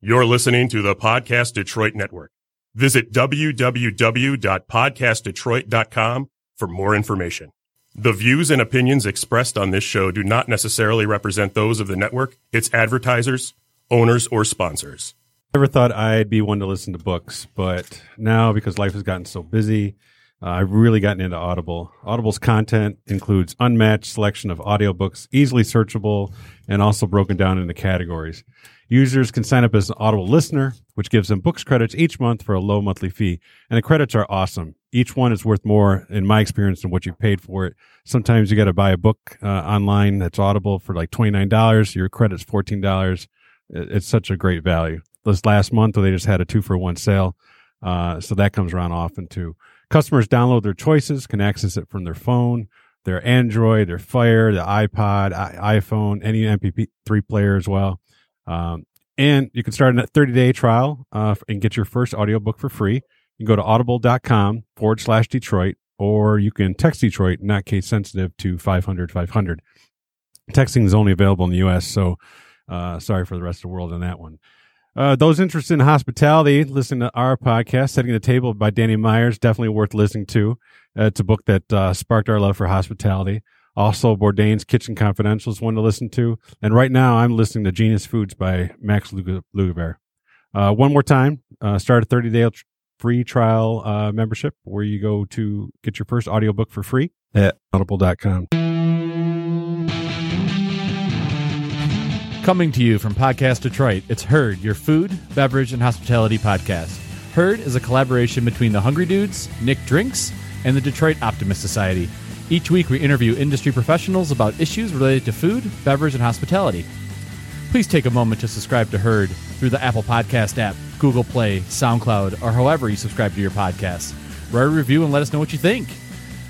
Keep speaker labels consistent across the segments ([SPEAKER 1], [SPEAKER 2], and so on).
[SPEAKER 1] You're listening to the Podcast Detroit Network. Visit www.podcastdetroit.com for more information. The views and opinions expressed on this show do not necessarily represent those of the network, its advertisers, owners, or sponsors.
[SPEAKER 2] Never thought I'd be one to listen to books, but now because life has gotten so busy, uh, I've really gotten into Audible. Audible's content includes unmatched selection of audiobooks, easily searchable, and also broken down into categories. Users can sign up as an Audible listener, which gives them books credits each month for a low monthly fee. And the credits are awesome. Each one is worth more, in my experience, than what you paid for it. Sometimes you got to buy a book uh, online that's Audible for like $29. Your credit's $14. It- It's such a great value. This last month, they just had a two for one sale. Uh, so that comes around often too. Customers download their choices, can access it from their phone, their Android, their Fire, the iPod, I- iPhone, any MP3 player as well. Um, and you can start a 30 day trial uh, and get your first audiobook for free. You can go to audible.com forward slash Detroit, or you can text Detroit, not case sensitive, to 500 500. Texting is only available in the US, so uh, sorry for the rest of the world on that one. Uh, those interested in hospitality, listen to our podcast, Setting the Table by Danny Myers. Definitely worth listening to. Uh, it's a book that uh, sparked our love for hospitality. Also, Bourdain's Kitchen Confidential is one to listen to. And right now, I'm listening to Genius Foods by Max Luga- Lugubert. Uh, one more time, uh, start a 30 day free trial uh, membership where you go to get your first audiobook for free at audible.com.
[SPEAKER 3] Coming to you from Podcast Detroit, it's Herd, your food, beverage, and hospitality podcast. Herd is a collaboration between the Hungry Dudes, Nick Drinks, and the Detroit Optimist Society. Each week, we interview industry professionals about issues related to food, beverage, and hospitality. Please take a moment to subscribe to Herd through the Apple Podcast app, Google Play, SoundCloud, or however you subscribe to your podcast. Write a review and let us know what you think.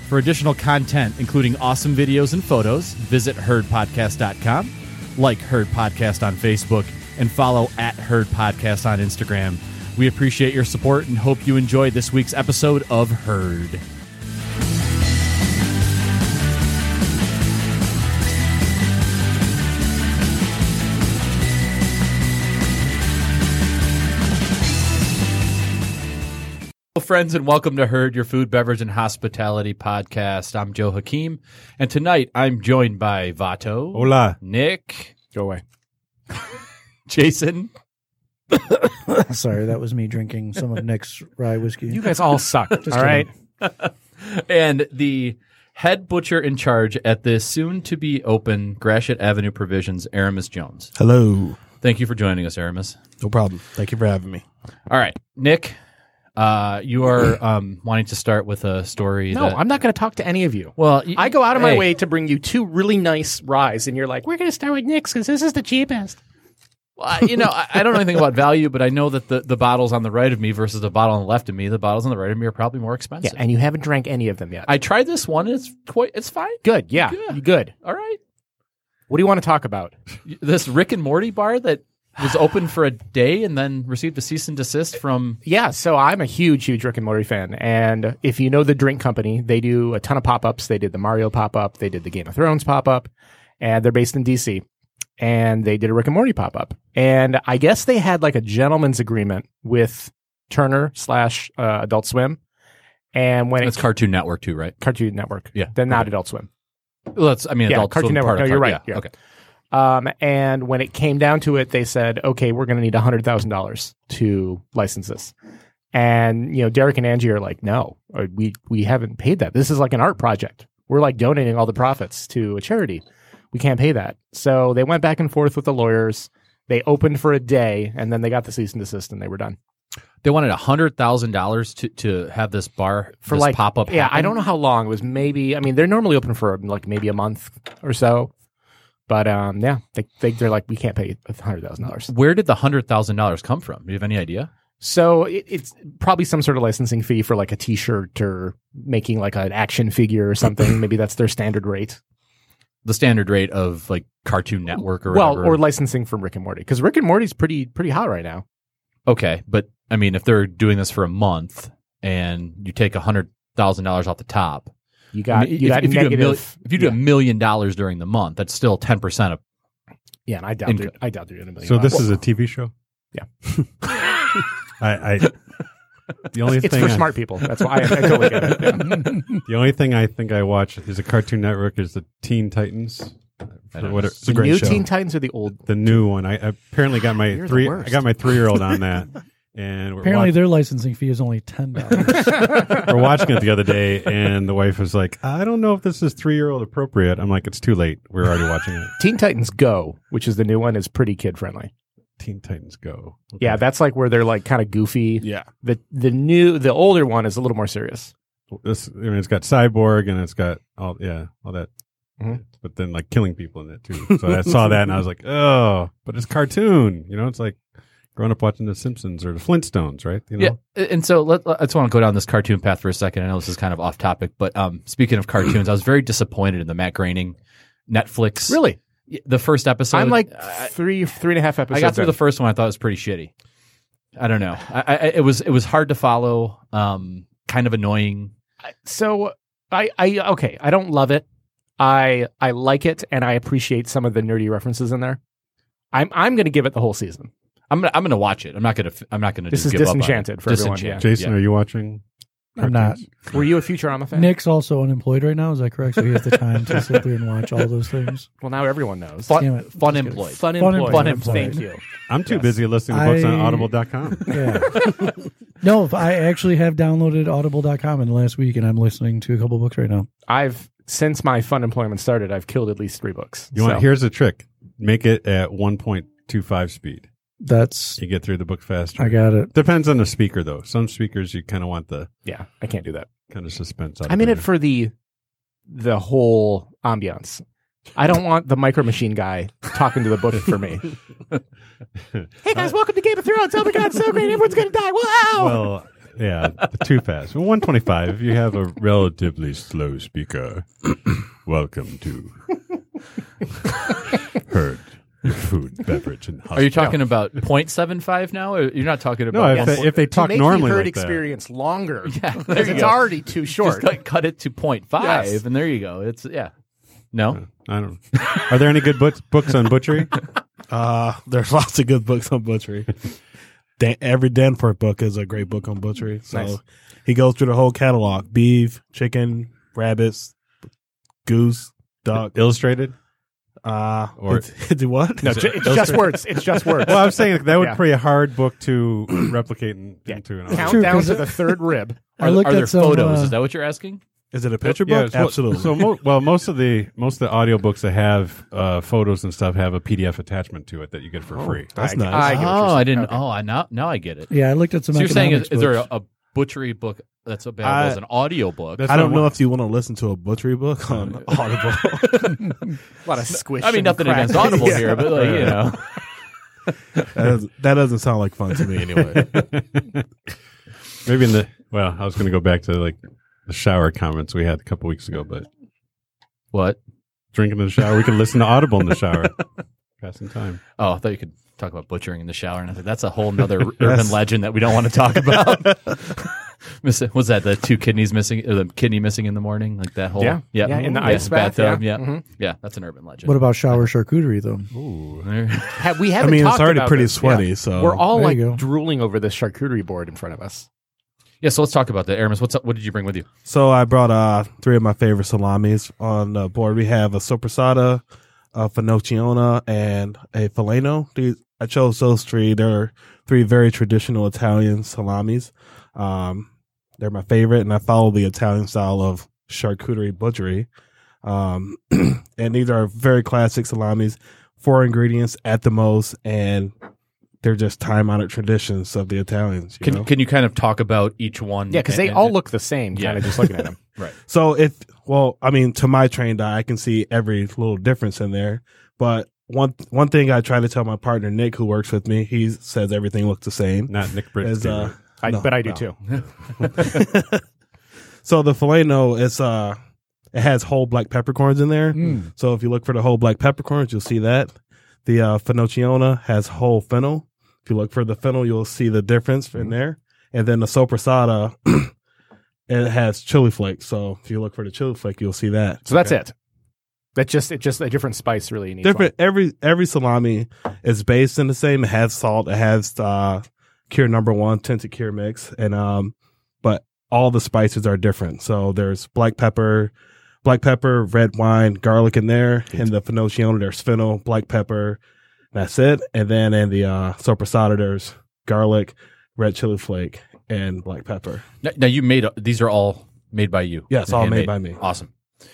[SPEAKER 3] For additional content, including awesome videos and photos, visit herdpodcast.com, like Herd Podcast on Facebook, and follow at Herd Podcast on Instagram. We appreciate your support and hope you enjoy this week's episode of Herd. Hello, friends, and welcome to Herd, your food, beverage, and hospitality podcast. I'm Joe Hakeem, and tonight I'm joined by Vato,
[SPEAKER 2] Hola.
[SPEAKER 3] Nick,
[SPEAKER 4] Go away.
[SPEAKER 3] Jason.
[SPEAKER 5] Sorry, that was me drinking some of Nick's rye whiskey.
[SPEAKER 4] You guys all suck. all right.
[SPEAKER 3] and the head butcher in charge at the soon to be open Gratiot Avenue Provisions, Aramis Jones.
[SPEAKER 6] Hello.
[SPEAKER 3] Thank you for joining us, Aramis.
[SPEAKER 6] No problem. Thank you for having me.
[SPEAKER 3] All right, Nick, uh, you are um, wanting to start with a story.
[SPEAKER 4] No,
[SPEAKER 3] that,
[SPEAKER 4] I'm not going to talk to any of you.
[SPEAKER 3] Well, y-
[SPEAKER 4] I go out of my
[SPEAKER 3] hey.
[SPEAKER 4] way to bring you two really nice ryes, and you're like, we're going to start with Nick's because this is the cheapest.
[SPEAKER 3] I- you know, I, I don't know anything about value, but I know that the, the bottles on the right of me versus the bottle on the left of me, the bottles on the right of me are probably more expensive.
[SPEAKER 4] and you haven't drank any of them yet.
[SPEAKER 3] I tried this one; it's quite, it's fine.
[SPEAKER 4] good. Yeah,
[SPEAKER 3] Yeah.
[SPEAKER 4] You good.
[SPEAKER 3] All right,
[SPEAKER 4] What do you want to talk about?
[SPEAKER 3] this Rick and Morty bar that was open for a day and then received a cease and desist from
[SPEAKER 4] Yeah, so I'm a huge, huge Rick and Morty fan. And if you know the drink company, they do a ton of pop ups. They did the Mario pop up, they did the Game of Thrones pop up, and they're based in DC. And they did a Rick and Morty pop up. And I guess they had like a gentleman's agreement with Turner slash uh, Adult Swim. And when
[SPEAKER 3] It's
[SPEAKER 4] it's
[SPEAKER 3] Cartoon Network too, right?
[SPEAKER 4] Cartoon Network,
[SPEAKER 3] Yeah,
[SPEAKER 4] then not Adult Swim.
[SPEAKER 3] Well, that's I mean,
[SPEAKER 4] Yeah,
[SPEAKER 3] adults
[SPEAKER 4] Cartoon
[SPEAKER 3] were
[SPEAKER 4] Network.
[SPEAKER 3] part of
[SPEAKER 4] No, you're
[SPEAKER 3] Cart-
[SPEAKER 4] right.
[SPEAKER 3] Yeah,
[SPEAKER 4] Yeah.
[SPEAKER 3] Okay.
[SPEAKER 4] Um, and when it came down to it, they said, okay, we're going to need $100,000 to license this. And, you know, Derek and Angie are like, no, uh, we, we haven't paid that. This is like an art project. We're like donating all the profits to a charity. We can't pay that. So they went back and forth with the lawyers. They opened for a day and then they got the cease and desist and they were done.
[SPEAKER 3] They wanted hundred thousand dollars to to have this bar
[SPEAKER 4] For
[SPEAKER 3] this
[SPEAKER 4] like,
[SPEAKER 3] pop up.
[SPEAKER 4] Yeah, I don't know how long. It was maybe, I mean, they're normally open for like maybe a month or so. But um, yeah, they, they, they're like, we can't pay $100,000.
[SPEAKER 3] Where did the hundred thousand dollars come from? Do you have any idea?
[SPEAKER 4] So it, it's probably some sort of licensing fee for like a T-shirt or making like an action figure or something. Maybe that's their standard rate.
[SPEAKER 3] The standard rate of like Cartoon Network or
[SPEAKER 4] well,
[SPEAKER 3] whatever.
[SPEAKER 4] or licensing from Rick and Morty because Rick and Morty's pretty pretty hot right now.
[SPEAKER 3] okay, but I mean, if they're doing this for a month and you take hundred thousand dollars off the top,
[SPEAKER 4] You
[SPEAKER 3] I
[SPEAKER 4] got
[SPEAKER 3] mean,
[SPEAKER 4] you got
[SPEAKER 3] if,
[SPEAKER 4] negative.
[SPEAKER 3] you do a million, if you do
[SPEAKER 4] yeah,
[SPEAKER 3] a million dollars during the month, that's still ten percent of.
[SPEAKER 4] yeah, and I doubt
[SPEAKER 3] in-
[SPEAKER 4] they're, I doubt they're doing a million.
[SPEAKER 2] So this
[SPEAKER 4] dollars.
[SPEAKER 2] is a TV show? I, I the only
[SPEAKER 4] It's
[SPEAKER 2] thing
[SPEAKER 4] for
[SPEAKER 2] I,
[SPEAKER 4] smart people. That's why I, I totally get it. Yeah.
[SPEAKER 2] the only thing I think I watch is a Cartoon Network is the Teen Titans.
[SPEAKER 3] I
[SPEAKER 2] For
[SPEAKER 3] don't
[SPEAKER 2] what
[SPEAKER 3] know.
[SPEAKER 2] it-
[SPEAKER 7] It's a great
[SPEAKER 4] New
[SPEAKER 7] show.
[SPEAKER 4] Teen Titans or the old?
[SPEAKER 2] the new one. I apparently got my
[SPEAKER 4] You're the
[SPEAKER 2] three. I
[SPEAKER 4] worst.
[SPEAKER 2] got my three year old on that, and we're,
[SPEAKER 5] Apparently,
[SPEAKER 2] watch-
[SPEAKER 5] their licensing fee is only ten dollars.
[SPEAKER 2] we're watching it the other day, and the wife was like, "I don't know if this is three year old appropriate." I'm like, "It's too late. We're already watching it."
[SPEAKER 4] Teen Titans Go, which is the new one, is pretty kid friendly.
[SPEAKER 2] Teen Titans Go. Okay.
[SPEAKER 4] Yeah, that's like where they're like kind of goofy.
[SPEAKER 7] Yeah.
[SPEAKER 4] The the new the older one is a little more serious.
[SPEAKER 2] this. I mean, it's got cyborg, and it's got all yeah, all that.
[SPEAKER 3] Mm-hmm.
[SPEAKER 4] Mhm.
[SPEAKER 2] But then, like killing people in it too. So I saw that, and I was like, "Oh!" But it's cartoon, you know. It's like growing up watching The Simpsons or The Flintstones, right? You know,
[SPEAKER 3] Yeah, and so let, let- I just want to go down this cartoon path for a second. I know this is kind of off topic, but um, speaking of cartoons, I was very disappointed in the Matt Groening Netflix.
[SPEAKER 4] Really,
[SPEAKER 3] Y- the first episode.
[SPEAKER 4] I'm like
[SPEAKER 3] I,
[SPEAKER 4] three three and a half episodes.
[SPEAKER 3] I got through
[SPEAKER 4] in.
[SPEAKER 3] the first one. I thought it was pretty shitty. I don't know. I, I, it was it was hard to follow. Um, kind of annoying.
[SPEAKER 4] so I, I okay i don't love it i i like it and i appreciate some of the nerdy references in there i'm i'm gonna give it the whole season
[SPEAKER 3] I'm gonna I'm gonna watch it. I'm not gonna f- I'm not gonna.
[SPEAKER 4] This
[SPEAKER 3] just
[SPEAKER 4] is
[SPEAKER 3] give up on it.
[SPEAKER 4] Disenchanted for everyone,
[SPEAKER 3] Disenchanted,
[SPEAKER 2] Jason,
[SPEAKER 3] yeah.
[SPEAKER 2] are you watching?
[SPEAKER 5] I'm not.
[SPEAKER 2] cartoons?
[SPEAKER 4] were you a futurama fan
[SPEAKER 5] Nick's also unemployed right now. Is that correct? So he has the time to sit there and watch all those things.
[SPEAKER 4] well now everyone knows
[SPEAKER 3] Fun,
[SPEAKER 5] Damn
[SPEAKER 3] fun
[SPEAKER 5] it. Just kidding.
[SPEAKER 3] employed.
[SPEAKER 4] fun
[SPEAKER 5] Fun
[SPEAKER 4] employed.
[SPEAKER 5] employed.
[SPEAKER 4] thank
[SPEAKER 5] Fun
[SPEAKER 4] you
[SPEAKER 2] I'm too
[SPEAKER 4] Yes.
[SPEAKER 2] busy listening to books on
[SPEAKER 5] I-
[SPEAKER 2] audible.com.
[SPEAKER 5] Yeah. no, if I actually have downloaded audible.com in the last week and I'm listening to a couple books right now.
[SPEAKER 4] i've since my fun employment started i've killed at least three books
[SPEAKER 2] You want here's a trick. Make it at 1.25 speed.
[SPEAKER 5] That's
[SPEAKER 2] You get through the book faster.
[SPEAKER 5] I got it.
[SPEAKER 2] Depends on the speaker though. Some speakers you kind of want the
[SPEAKER 4] yeah i can't do that
[SPEAKER 2] kind of suspense out
[SPEAKER 4] i'm
[SPEAKER 2] of
[SPEAKER 4] in it
[SPEAKER 2] there.
[SPEAKER 4] for the the whole ambiance i don't want the micro machine guy talking to the book for me hey guys welcome to game of thrones oh my god so great everyone's gonna die wow
[SPEAKER 2] Well, yeah, too fast. Well, 125 if you have a relatively slow speaker. Welcome to Herd, your food, beverage and
[SPEAKER 3] Are you talking about 0.75 now? Or you're not talking about
[SPEAKER 2] No, if
[SPEAKER 3] one
[SPEAKER 2] they, if they talk
[SPEAKER 4] to make
[SPEAKER 2] normally
[SPEAKER 4] the herd
[SPEAKER 2] like that.
[SPEAKER 4] experience longer
[SPEAKER 3] Yeah, there
[SPEAKER 4] because
[SPEAKER 3] you
[SPEAKER 4] it's
[SPEAKER 3] go.
[SPEAKER 4] already too short.
[SPEAKER 3] Just like cut it to 0.5
[SPEAKER 4] Yes.
[SPEAKER 3] and there you go. It's yeah. No.
[SPEAKER 2] I don't. Are there any good books books on butchery?
[SPEAKER 7] Uh, there's lots of good books on butchery. Dan- every Danforth book is a great book on butchery. So
[SPEAKER 4] Nice.
[SPEAKER 7] he goes through the whole catalog: beef, chicken, rabbits, goose, duck.
[SPEAKER 2] Illustrated?
[SPEAKER 7] Uh,
[SPEAKER 2] Or-
[SPEAKER 7] or do what?
[SPEAKER 4] no, ju- it's just words. It's just words.
[SPEAKER 2] Well, I was saying that would
[SPEAKER 4] Yeah.
[SPEAKER 2] be a hard book to replicate in,
[SPEAKER 4] Yeah.
[SPEAKER 2] into an
[SPEAKER 4] Count
[SPEAKER 5] True,
[SPEAKER 4] down
[SPEAKER 5] 'cause
[SPEAKER 4] to
[SPEAKER 5] it-
[SPEAKER 4] the third rib.
[SPEAKER 5] I
[SPEAKER 3] are
[SPEAKER 5] looked
[SPEAKER 3] are
[SPEAKER 5] at
[SPEAKER 3] there
[SPEAKER 5] some,
[SPEAKER 3] photos?
[SPEAKER 5] uh,
[SPEAKER 3] Is that what you're asking?
[SPEAKER 7] Is it a picture
[SPEAKER 2] Yeah,
[SPEAKER 7] book?
[SPEAKER 2] it's- well,
[SPEAKER 7] Absolutely.
[SPEAKER 2] So, mo- well, most of the most of the audiobooks that have uh, photos and stuff have a PDF attachment to it that you get
[SPEAKER 4] Oh.
[SPEAKER 2] for free.
[SPEAKER 7] that's
[SPEAKER 4] I-
[SPEAKER 7] nice.
[SPEAKER 4] I get what you're
[SPEAKER 3] oh, I
[SPEAKER 4] saying.
[SPEAKER 3] didn't.
[SPEAKER 4] Okay.
[SPEAKER 3] Oh, I now now I get it.
[SPEAKER 5] Yeah, I looked at some.
[SPEAKER 3] so you're saying is,
[SPEAKER 5] economics
[SPEAKER 3] is there a,
[SPEAKER 5] books.
[SPEAKER 3] a butchery book that's available
[SPEAKER 7] I-
[SPEAKER 3] as an audio book?
[SPEAKER 2] That's
[SPEAKER 7] I don't
[SPEAKER 2] what
[SPEAKER 7] know
[SPEAKER 2] want.
[SPEAKER 7] if you want to listen to a butchery book on Audible.
[SPEAKER 4] A lot of squish.
[SPEAKER 3] I mean,
[SPEAKER 4] and
[SPEAKER 3] nothing
[SPEAKER 4] crack.
[SPEAKER 3] against Audible here, but like, you know,
[SPEAKER 7] that, doesn't, that doesn't sound like fun to me anyway.
[SPEAKER 2] Maybe in the well, I was going to go back to like the shower comments we had a couple weeks ago, but
[SPEAKER 3] what?
[SPEAKER 2] drinking in the shower, we can listen to Audible in the shower. Got some time.
[SPEAKER 3] Oh, I thought you could talk about butchering in the shower, and I was like, that's a whole nother urban legend that we don't want to talk about. Miss- Was that the two kidneys missing, or the kidney missing in the morning, like that whole
[SPEAKER 4] Yeah.
[SPEAKER 3] yeah,
[SPEAKER 4] Yeah, in the ice bath,
[SPEAKER 3] bathtub,
[SPEAKER 4] yeah.
[SPEAKER 3] yeah,
[SPEAKER 4] Mhm.
[SPEAKER 3] yeah, that's an urban legend.
[SPEAKER 5] What about shower charcuterie though?
[SPEAKER 4] Have, we
[SPEAKER 7] I
[SPEAKER 4] haven't
[SPEAKER 7] mean, it's
[SPEAKER 4] talked
[SPEAKER 7] already
[SPEAKER 4] about
[SPEAKER 7] pretty
[SPEAKER 4] this.
[SPEAKER 7] sweaty.
[SPEAKER 4] Yeah.
[SPEAKER 7] So
[SPEAKER 4] We're all
[SPEAKER 5] There
[SPEAKER 4] like
[SPEAKER 5] you go.
[SPEAKER 4] drooling over this charcuterie board in front of us.
[SPEAKER 3] yeah, so let's talk about that, Aramis. What's up? What did you bring with you?
[SPEAKER 7] So I brought uh three of my favorite salamis on the board. We have a sopressata, a finocchiona, and a fileno. These I chose those three. They're three very traditional Italian salamis. Um, they're my favorite, and I follow the Italian style of charcuterie butchery. Um, and these are very classic salamis, four ingredients at the most, and they're just time honored traditions of the Italians. You
[SPEAKER 3] Can
[SPEAKER 7] know?
[SPEAKER 3] can you kind of talk about each one?
[SPEAKER 4] Yeah, because they
[SPEAKER 3] and-
[SPEAKER 4] all
[SPEAKER 3] and-
[SPEAKER 4] look the same.
[SPEAKER 3] Yeah.
[SPEAKER 4] Kind of just looking at them.
[SPEAKER 7] So if well, I mean, to my trained eye, I can see every little difference in there. But one one thing I try to tell my partner Nick, who works with me, he says everything looks the same.
[SPEAKER 2] Not Nick Britt's
[SPEAKER 7] As, uh,
[SPEAKER 2] favorite.
[SPEAKER 4] I,
[SPEAKER 7] No,
[SPEAKER 4] but I do
[SPEAKER 7] no.
[SPEAKER 4] too.
[SPEAKER 7] so the Fileno, it's uh, it has whole black peppercorns in there.
[SPEAKER 5] Mm.
[SPEAKER 7] So if you look for the whole black peppercorns, you'll see that. The uh, Finocchiona has whole fennel. If you look for the fennel, you'll see the difference in there. And then the Sopressata, it has chili flakes. So if you look for the chili flake, you'll see that.
[SPEAKER 4] So that's it. That just it just a different spice really in each
[SPEAKER 7] different every every salami is based in the same it has salt it has uh cure number one tinted cure mix and um but all the spices are different so there's black pepper black pepper red wine garlic in there and the finocchione there's fennel black pepper that's it and then in the uh sopressata there's garlic red chili flake and black pepper
[SPEAKER 3] Now, now you made these are all made by you.
[SPEAKER 7] Yeah, it's all made by me.
[SPEAKER 3] Awesome.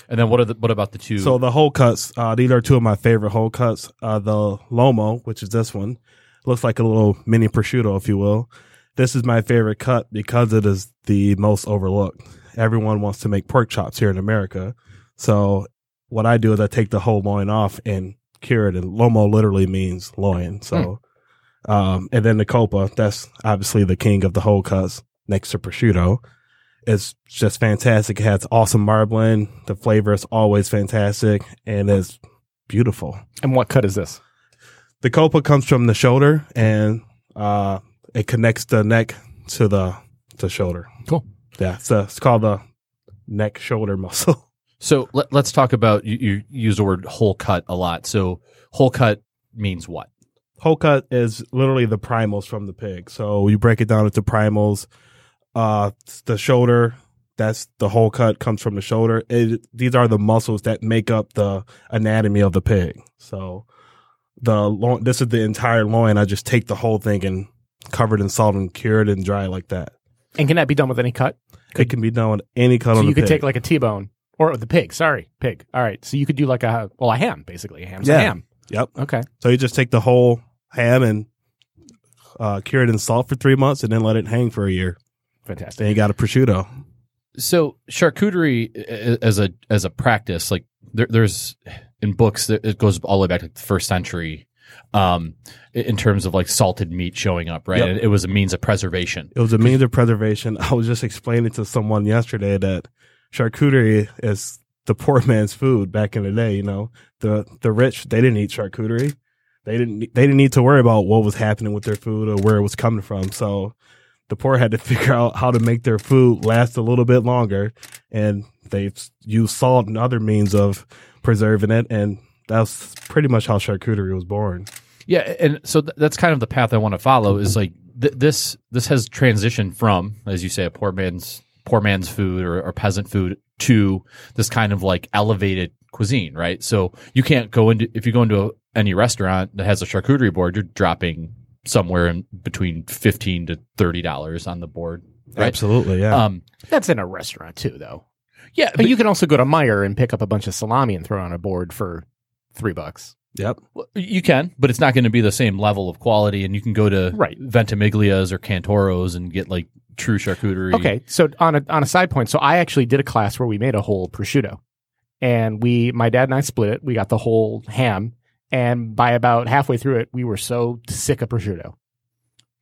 [SPEAKER 3] And then what are the, what about the two?
[SPEAKER 7] So the whole cuts, uh, these are two of my favorite whole cuts. Uh, the Lomo, which is this one, looks like a little mini prosciutto, if you will. This is my favorite cut because it is the most overlooked. Everyone wants to make pork chops here in America. So what I do is I take the whole loin off and cure it. And Lomo literally means loin. So, um, and then the Copa, that's obviously the king of the whole cuts next to prosciutto. It's just fantastic. It has awesome marbling. The flavor is always fantastic and it's beautiful.
[SPEAKER 4] one. And what cut is this?
[SPEAKER 7] The copa comes from the shoulder and uh, it connects the neck to the to shoulder.
[SPEAKER 4] Cool.
[SPEAKER 7] Yeah. So it's called the neck shoulder muscle.
[SPEAKER 3] so let, let's talk about you, you use the word whole cut a lot. So whole cut means what?
[SPEAKER 7] Whole cut is literally the primals from the pig. So you break it down into primals. Uh, the shoulder, that's the whole cut comes from the shoulder. It, these are the muscles that make up the anatomy of the pig. So the loin, this is the entire loin. I just take the whole thing and covered in salt and cured and dry like that.
[SPEAKER 4] And can that be done with any cut?
[SPEAKER 7] It can be done with any cut
[SPEAKER 4] So
[SPEAKER 7] on
[SPEAKER 4] you
[SPEAKER 7] the
[SPEAKER 4] could
[SPEAKER 7] pig.
[SPEAKER 4] take like a T-bone or the pig. Sorry, pig. All right. So you could do like a well a ham basically. A ham's a
[SPEAKER 7] Yeah.
[SPEAKER 4] ham.
[SPEAKER 7] yep.
[SPEAKER 4] Okay.
[SPEAKER 7] So you just take the whole ham and uh, cure it in salt for three months and then let it hang for a year.
[SPEAKER 4] Fantastic.
[SPEAKER 7] Then you got a prosciutto.
[SPEAKER 3] So charcuterie a- as a as a practice, like there, there's in books that it goes all the way back to the first century. Um, in terms of like salted meat showing up, right?
[SPEAKER 7] Yep.
[SPEAKER 3] And It was a means of preservation.
[SPEAKER 7] It was a means of preservation. I was just explaining to someone yesterday that charcuterie is the poor man's food back in the day. You know, the the rich they didn't eat charcuterie. They didn't they didn't need to worry about what was happening with their food or where it was coming from. So the poor had to figure out how to make their food last a little bit longer, and they used salt and other means of preserving it. And that's pretty much how charcuterie was born.
[SPEAKER 3] Yeah, and so th- that's kind of the path I want to follow. Is like th- this. This has transitioned from, as you say, a poor man's poor man's food or, or peasant food to this kind of like elevated cuisine, right? So you can't go into if you go into a, any restaurant that has a charcuterie board, you're dropping somewhere in between fifteen to thirty dollars on the board, right?
[SPEAKER 7] Absolutely, yeah.
[SPEAKER 3] Um,
[SPEAKER 4] That's in a restaurant too, though.
[SPEAKER 3] yeah,
[SPEAKER 4] But you can also go to Meyer and pick up a bunch of salami and throw it on a board for three bucks.
[SPEAKER 7] yep.
[SPEAKER 3] Well, You can, but it's not going to be the same level of quality, and you can go to
[SPEAKER 4] Right.
[SPEAKER 3] Ventimiglia's or Cantoros and get like true charcuterie.
[SPEAKER 4] Okay, so on a on a side point, so I actually did a class where we made a whole prosciutto, and we my dad and I split it. We got the whole ham, and by about halfway through it, we were so sick of prosciutto.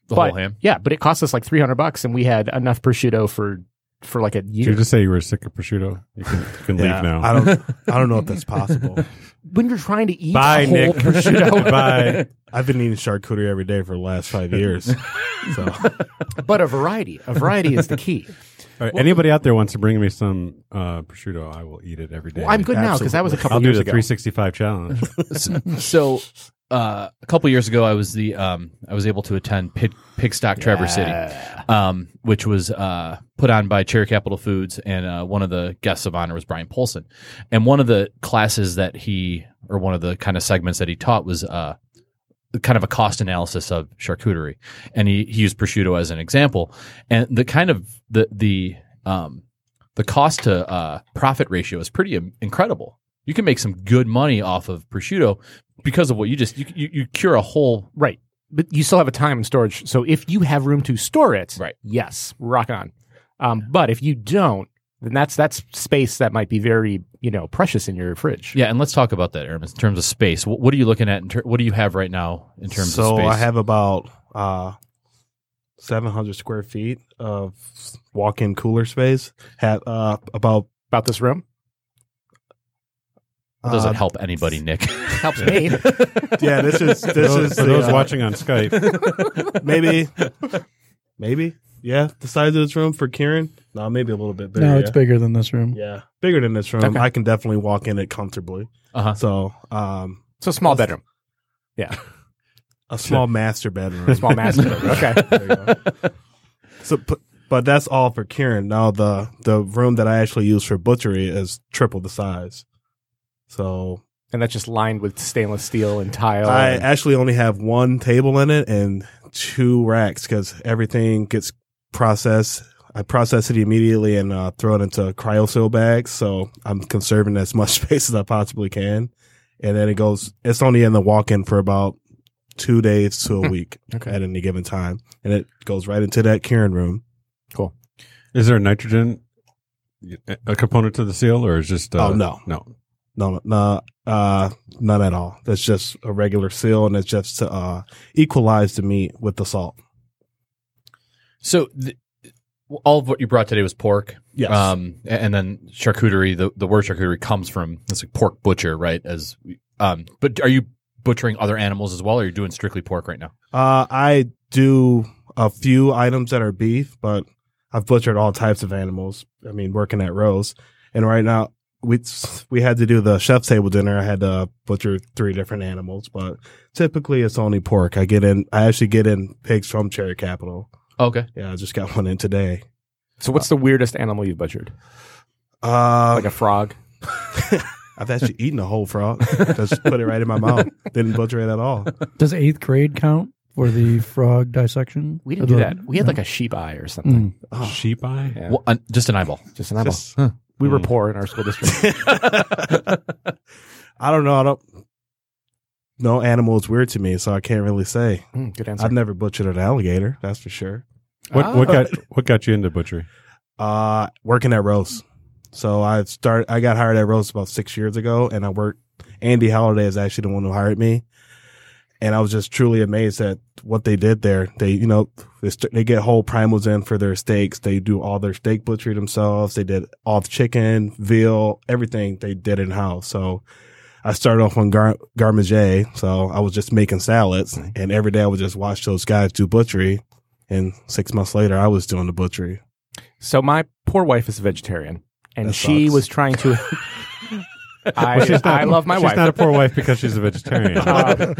[SPEAKER 3] the
[SPEAKER 4] but,
[SPEAKER 3] whole ham.
[SPEAKER 4] yeah, but it cost us like three hundred bucks, and we had enough prosciutto for for like a
[SPEAKER 2] Did you
[SPEAKER 4] year.
[SPEAKER 2] just say you were sick of prosciutto? You can, you can
[SPEAKER 7] Yeah,
[SPEAKER 2] leave now.
[SPEAKER 7] I don't. I don't know if that's possible.
[SPEAKER 4] when you're trying to eat
[SPEAKER 2] Bye,
[SPEAKER 4] a whole
[SPEAKER 2] Nick.
[SPEAKER 4] prosciutto,
[SPEAKER 2] Bye.
[SPEAKER 7] I've been eating charcuterie every day for the last five years. so
[SPEAKER 4] but a variety, a variety is the key.
[SPEAKER 2] All right, anybody out there wants to bring me some uh, prosciutto? I will eat it every day.
[SPEAKER 4] Well, I'm good now because that was a couple
[SPEAKER 2] I'll do
[SPEAKER 4] years
[SPEAKER 2] the
[SPEAKER 4] ago.
[SPEAKER 2] 365 challenge.
[SPEAKER 3] so uh, a couple years ago i was the um, i was able to attend Pig, pigstock traverse city um, which was uh, put on by cherry capital foods and uh, one of the guests of honor was brian polson and one of the classes that he or one of the kind of segments that he taught was uh, kind of a cost analysis of charcuterie and he, he used prosciutto as an example and the kind of the the um, the cost to uh, profit ratio is pretty im- incredible you can make some good money off of prosciutto because of what you just you you, you cure a whole
[SPEAKER 4] Right. But you still have a time in storage. So if you have room to store it,
[SPEAKER 3] Right.
[SPEAKER 4] yes, rock on. Um, but if you don't, then that's that's space that might be very, you know, precious in your fridge.
[SPEAKER 3] yeah. And let's talk about that, Aramis, in terms of space. What, what are you looking at? In ter- what do you have right now in terms
[SPEAKER 7] so
[SPEAKER 3] of space?
[SPEAKER 7] I have about uh, 700 square feet of walk-in cooler space. Have uh, about
[SPEAKER 4] About this room?
[SPEAKER 3] That doesn't
[SPEAKER 7] uh,
[SPEAKER 3] help anybody, Nick.
[SPEAKER 4] Helps me.
[SPEAKER 7] Yeah, this is uh, this
[SPEAKER 2] Those-
[SPEAKER 7] is
[SPEAKER 2] for
[SPEAKER 7] the,
[SPEAKER 2] those
[SPEAKER 7] uh,
[SPEAKER 2] watching on Skype.
[SPEAKER 7] maybe maybe Yeah, the size of this room for Kieran. No, maybe a little bit bigger.
[SPEAKER 5] no, it's
[SPEAKER 7] yeah.
[SPEAKER 5] bigger than this room.
[SPEAKER 7] Yeah, bigger than this room.
[SPEAKER 4] Okay.
[SPEAKER 7] I can definitely walk in it comfortably.
[SPEAKER 3] Uh-huh.
[SPEAKER 7] So, um,
[SPEAKER 4] So small bedroom,
[SPEAKER 7] a small master bedroom.
[SPEAKER 4] small master bedroom. Okay.
[SPEAKER 7] There you go. so, but, but that's all for Kieran. Now the the room that I actually use for butchery is triple the size. So
[SPEAKER 4] And that's just lined with stainless steel and tile.
[SPEAKER 7] I
[SPEAKER 4] and-
[SPEAKER 7] actually only have one table in it and two racks because everything gets processed. I process it immediately and uh, throw it into cryoseal bags, so I'm conserving as much space as I possibly can. And then it goes. It's only in the walk-in for about two days to
[SPEAKER 4] Hmm.
[SPEAKER 7] a week
[SPEAKER 4] okay.
[SPEAKER 7] at any given time, and it goes right into that Karen room.
[SPEAKER 2] Is there nitrogen a- a component to the seal, or is just uh,
[SPEAKER 7] oh no,
[SPEAKER 2] no?
[SPEAKER 7] no, no, uh, none at all. That's just a regular seal, and it's just to uh, equalize the meat with the salt.
[SPEAKER 3] So th- all of what you brought today was pork.
[SPEAKER 7] Yes.
[SPEAKER 3] Um, a- and then charcuterie. The, the word charcuterie comes from it's like pork butcher, right? As we- um, but are you butchering other animals as well, or are you doing strictly pork right now?
[SPEAKER 7] Uh, I do a few items that are beef, but I've butchered all types of animals. I mean, working at Rose, and right now we we had to do the chef's table dinner. I had to butcher three different animals, but typically it's only pork. I get in. I actually get in pigs from Cherry Capital.
[SPEAKER 3] Okay.
[SPEAKER 7] Yeah, I just got one in today.
[SPEAKER 4] So what's the weirdest animal you've butchered?
[SPEAKER 7] Uh,
[SPEAKER 4] Like a frog?
[SPEAKER 7] I've actually eaten a whole frog. Just put it right in my mouth. Didn't butcher it at all.
[SPEAKER 5] Does eighth grade count for the frog dissection?
[SPEAKER 4] We didn't do that. We had like a sheep eye or something.
[SPEAKER 5] Mm.
[SPEAKER 7] Oh.
[SPEAKER 2] Sheep eye.
[SPEAKER 4] Yeah.
[SPEAKER 3] Well, uh, just an eyeball.
[SPEAKER 4] Just an eyeball. Hmm.
[SPEAKER 7] Just-
[SPEAKER 4] we were
[SPEAKER 7] Mm.
[SPEAKER 4] poor in our school district.
[SPEAKER 7] I don't know. I don't. No animal is weird to me, so I can't really say.
[SPEAKER 4] Mm, good answer.
[SPEAKER 7] I've never butchered an alligator, that's for sure.
[SPEAKER 2] What what
[SPEAKER 4] Ah.
[SPEAKER 2] got what got you into butchery?
[SPEAKER 7] Uh, working at Rose, so I started. I got hired at Rose about six years ago, and I worked. Andy Holiday is actually the one who hired me, and I was just truly amazed at what they did there. They, you know, they, st- they get whole primals in for their steaks. They do all their steak butchery themselves. They did all the chicken, veal, everything they did in house. So I started off on gar- garmage, so I was just making salads, and every day I would just watch those guys do butchery. And six months later, I was doing the butchery.
[SPEAKER 4] So my poor wife is a vegetarian, and
[SPEAKER 7] That
[SPEAKER 4] she
[SPEAKER 7] sucks.
[SPEAKER 4] was trying to. I, I love my
[SPEAKER 2] she's
[SPEAKER 4] wife,
[SPEAKER 2] not a poor wife because she's a vegetarian.
[SPEAKER 4] Uh,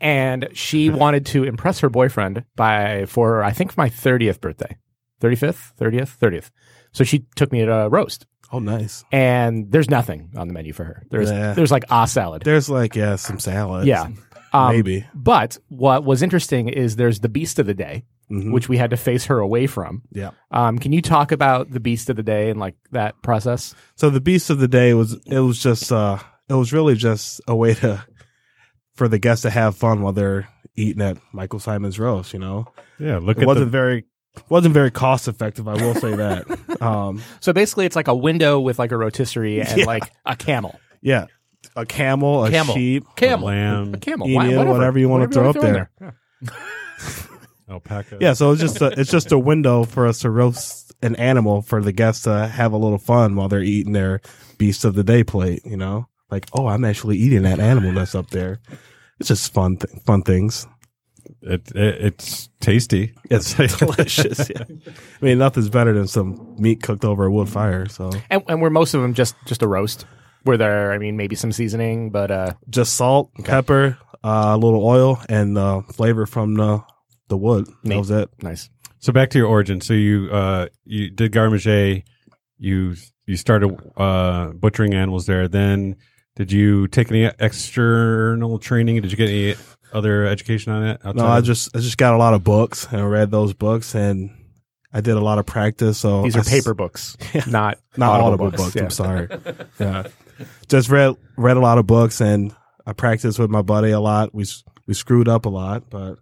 [SPEAKER 4] and she wanted to impress her boyfriend by for I think my thirtieth birthday, thirty fifth, thirtieth, thirtieth. So she took me to a roast,
[SPEAKER 7] Oh, nice.
[SPEAKER 4] and there's nothing on the menu for her. There's
[SPEAKER 7] Yeah.
[SPEAKER 4] there's like a salad.
[SPEAKER 7] There's like yeah, some salads.
[SPEAKER 4] yeah. Um,
[SPEAKER 7] maybe.
[SPEAKER 4] But what was interesting is there's the beast of the day,
[SPEAKER 7] Mhm.
[SPEAKER 4] which we had to face her away from.
[SPEAKER 7] Yeah.
[SPEAKER 4] Um, can you talk about the beast of the day and like that process?
[SPEAKER 7] So the beast of the day was it was just uh it was really just a way to for the guests to have fun while they're eating at Michael Simon's roast. You know,
[SPEAKER 2] yeah, look
[SPEAKER 7] it
[SPEAKER 2] at
[SPEAKER 7] wasn't
[SPEAKER 2] the,
[SPEAKER 7] very wasn't very cost effective. I will say that. um,
[SPEAKER 4] So basically, it's like a window with like a rotisserie and
[SPEAKER 7] Yeah.
[SPEAKER 4] like a camel.
[SPEAKER 7] yeah, a camel, a
[SPEAKER 3] Camel.
[SPEAKER 7] sheep,
[SPEAKER 2] the
[SPEAKER 3] Camel.
[SPEAKER 4] A
[SPEAKER 2] lamb,
[SPEAKER 4] camel.
[SPEAKER 7] Eat
[SPEAKER 4] why-
[SPEAKER 7] it, whatever you wanna
[SPEAKER 4] wanna
[SPEAKER 7] throw up
[SPEAKER 4] in
[SPEAKER 7] there.
[SPEAKER 2] alpaca.
[SPEAKER 7] Yeah, so it's just a, it's just a window for us to roast an animal for the guests to have a little fun while they're eating their beast of the day plate. You know, like oh, I'm actually eating that animal that's up there. It's just fun th- fun things.
[SPEAKER 2] It, it, it's tasty.
[SPEAKER 7] It's delicious. Yeah. I mean, nothing's better than some meat cooked over a wood fire. So
[SPEAKER 4] And, and were most of them just just a roast? Were there? I mean, maybe some seasoning, but uh,
[SPEAKER 7] just salt, pepper, uh, a little oil, and uh, flavor from the the wood. That
[SPEAKER 4] Neat.
[SPEAKER 7] was it.
[SPEAKER 4] nice.
[SPEAKER 2] So back to your origin. So you uh, you did garmage. You you started uh, butchering animals there. Then did you take any external training? Did you get any other education on it? outside
[SPEAKER 7] No, I
[SPEAKER 2] of-
[SPEAKER 7] just I just got a lot of books and I read those books and I did a lot of practice. So
[SPEAKER 4] These are
[SPEAKER 7] I s-
[SPEAKER 4] paper books, not
[SPEAKER 7] not
[SPEAKER 4] audible
[SPEAKER 7] audible,
[SPEAKER 4] books,
[SPEAKER 7] books.
[SPEAKER 4] yeah.
[SPEAKER 7] I'm sorry. yeah, just read read a lot of books, and I practiced with my buddy a lot. We s- we screwed up a lot, but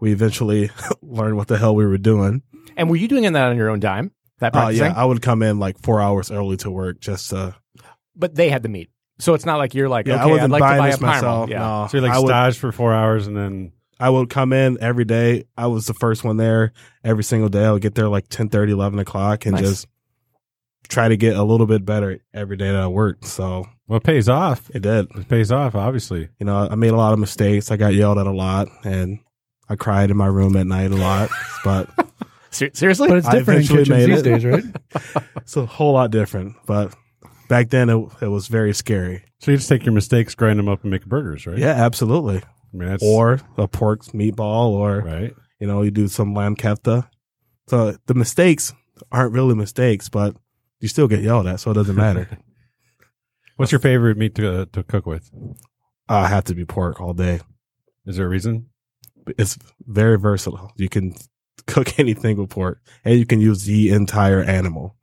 [SPEAKER 7] we eventually learned what the hell we were doing.
[SPEAKER 4] And were you doing that on your own dime? That
[SPEAKER 7] Oh
[SPEAKER 4] practicing?
[SPEAKER 7] yeah, I would come in like four hours early to work just to.
[SPEAKER 4] but they had the meat, so it's not like you're like,
[SPEAKER 7] Yeah, I
[SPEAKER 4] okay,
[SPEAKER 7] wasn't
[SPEAKER 4] I'd like to
[SPEAKER 7] buying
[SPEAKER 4] buy a
[SPEAKER 7] this
[SPEAKER 4] Parma.
[SPEAKER 7] myself.
[SPEAKER 4] Yeah.
[SPEAKER 7] No,
[SPEAKER 2] so you like
[SPEAKER 7] I would,
[SPEAKER 2] stage for four hours and then
[SPEAKER 7] I would come in every day. I was the first one there every single day. I would get there like 10, 11 o'clock, and
[SPEAKER 4] Nice.
[SPEAKER 7] just try to get a little bit better every day that I worked. So
[SPEAKER 2] well it pays off.
[SPEAKER 7] it did.
[SPEAKER 2] It pays off obviously.
[SPEAKER 7] You know, I made a lot of mistakes. I got yelled at a lot, and I cried in my room at night a lot. but
[SPEAKER 4] Ser- seriously?
[SPEAKER 5] But it's
[SPEAKER 7] I
[SPEAKER 5] different in
[SPEAKER 7] eventually
[SPEAKER 5] kitchens
[SPEAKER 7] made
[SPEAKER 5] these
[SPEAKER 7] it.
[SPEAKER 5] days, right?
[SPEAKER 7] It's a whole lot different, but back then it, it was very scary.
[SPEAKER 2] So you just take your mistakes, grind them up, and make burgers, right?
[SPEAKER 7] Yeah, absolutely.
[SPEAKER 2] I mean, that's
[SPEAKER 7] Or a pork meatball, or
[SPEAKER 2] right.
[SPEAKER 7] you know, you do some lamb kefta. So the mistakes aren't really mistakes, but you still get yelled at, so it doesn't matter.
[SPEAKER 2] What's your favorite meat to uh, to cook with?
[SPEAKER 7] I have to be pork all day.
[SPEAKER 2] Is there a reason?
[SPEAKER 7] It's very versatile. You can cook anything with pork, and you can use the entire animal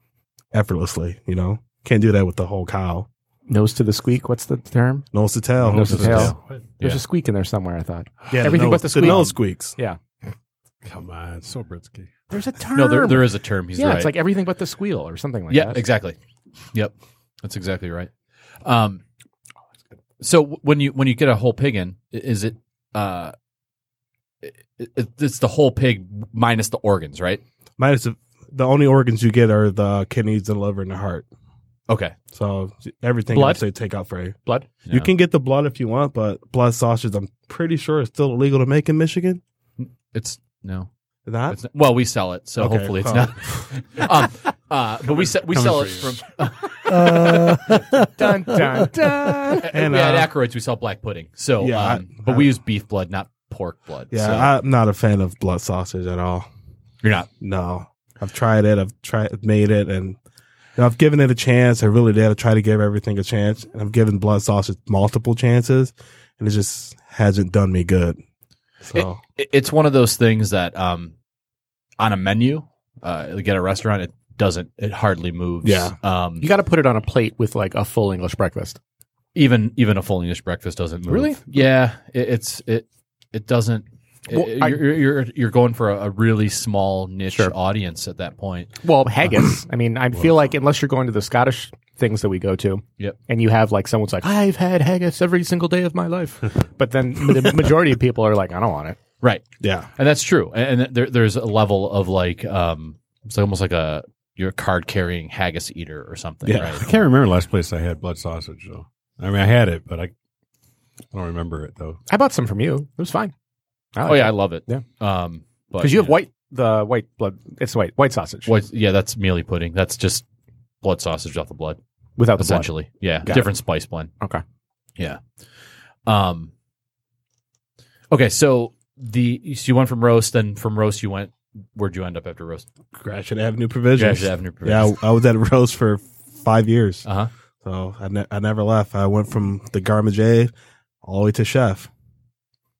[SPEAKER 7] effortlessly. You know, can't do that with the whole cow.
[SPEAKER 4] Nose to the squeak. What's the term?
[SPEAKER 7] Nose to tail.
[SPEAKER 4] Nose to tail.
[SPEAKER 2] What?
[SPEAKER 4] There's
[SPEAKER 3] Yeah.
[SPEAKER 4] a squeak in there somewhere, I thought.
[SPEAKER 7] Yeah,
[SPEAKER 4] Everything but
[SPEAKER 7] nose-
[SPEAKER 4] the squeak.
[SPEAKER 7] nose squeaks.
[SPEAKER 2] Come on, so britsky.
[SPEAKER 4] There's a term.
[SPEAKER 3] No, there, there is a term. He's
[SPEAKER 4] yeah,
[SPEAKER 3] right.
[SPEAKER 4] it's like everything but the squeal or something like
[SPEAKER 3] yeah,
[SPEAKER 4] that.
[SPEAKER 3] exactly. Yep, that's exactly right. Um, so w- when you when you get a whole pig in, i- is it uh, i- i- it's the whole pig minus the organs, right?
[SPEAKER 7] Minus the, the only organs you get are the kidneys, the liver, and the heart.
[SPEAKER 3] Okay,
[SPEAKER 7] So everything
[SPEAKER 4] Blood?
[SPEAKER 7] else they take out for you.
[SPEAKER 4] Blood?
[SPEAKER 7] You
[SPEAKER 3] Yeah.
[SPEAKER 7] can get the blood if you want, but blood sausage, I'm pretty sure, is still illegal to make in Michigan.
[SPEAKER 3] it's no,
[SPEAKER 7] Is that?
[SPEAKER 3] it's not, well, we sell it, so
[SPEAKER 7] Okay,
[SPEAKER 3] hopefully it's
[SPEAKER 7] fine.
[SPEAKER 3] not. um, uh, but we se- we sell it from
[SPEAKER 5] Uh,
[SPEAKER 4] Dun, dun, dun.
[SPEAKER 7] And,
[SPEAKER 3] and, yeah,
[SPEAKER 7] uh,
[SPEAKER 3] at Ackroyd's we sell black pudding. So
[SPEAKER 7] Yeah, I-
[SPEAKER 3] um, but we use beef blood, not pork blood.
[SPEAKER 7] yeah,
[SPEAKER 3] so-
[SPEAKER 7] I'm not a fan of blood sausage at all.
[SPEAKER 3] you're not.
[SPEAKER 7] No, I've tried it. I've tried, made it, and you know, I've given it a chance. I really did. I try to give everything a chance, and I've given blood sausage multiple chances, and it just hasn't done me good. So
[SPEAKER 3] It- It's one of those things that um, on a menu, uh, like at a restaurant, it doesn't. It hardly moves.
[SPEAKER 7] Yeah.
[SPEAKER 3] Um,
[SPEAKER 4] You got to put it on a plate with like a full English breakfast.
[SPEAKER 3] even even a full English breakfast doesn't move.
[SPEAKER 4] Really?
[SPEAKER 3] Yeah. It, it's it it doesn't. it-
[SPEAKER 4] Well, I-
[SPEAKER 3] you're, you're you're going for a, a really small niche audience at that point.
[SPEAKER 4] Well, haggis. I mean, I feel like unless you're going to the Scottish things that we go to,
[SPEAKER 3] Yep.
[SPEAKER 4] and you have like someone's like, I've had haggis every single day of my life, but then the majority of people are like, I don't want it.
[SPEAKER 3] Right.
[SPEAKER 7] yeah,
[SPEAKER 3] and that's true and, and there, there's a level of like um it's almost like a you're a card carrying haggis eater or something
[SPEAKER 7] Yeah.
[SPEAKER 2] I
[SPEAKER 3] right
[SPEAKER 2] can't remember the last place I had blood sausage though. I mean, I had it, but I, I don't remember it though.
[SPEAKER 4] I bought some from you. It was fine.
[SPEAKER 3] oh yeah i love it
[SPEAKER 4] Yeah.
[SPEAKER 3] um but
[SPEAKER 4] because you have
[SPEAKER 3] yeah.
[SPEAKER 4] white the white blood. It's white white sausage
[SPEAKER 3] What- yeah that's mealy pudding that's just blood sausage off the blood
[SPEAKER 4] without the blood.
[SPEAKER 3] essentially yeah
[SPEAKER 4] Got
[SPEAKER 3] different spice blend
[SPEAKER 4] Okay.
[SPEAKER 3] yeah um okay so the so you went from roast then from roast you went where'd you end up after roast
[SPEAKER 7] Gratiot Avenue Provisions.
[SPEAKER 3] Gratiot Avenue
[SPEAKER 7] Yeah,
[SPEAKER 3] Provisions.
[SPEAKER 7] I, I was at Rose for five years.
[SPEAKER 3] uh-huh
[SPEAKER 7] So I, ne- I never left. I went from the garmage all the way to chef.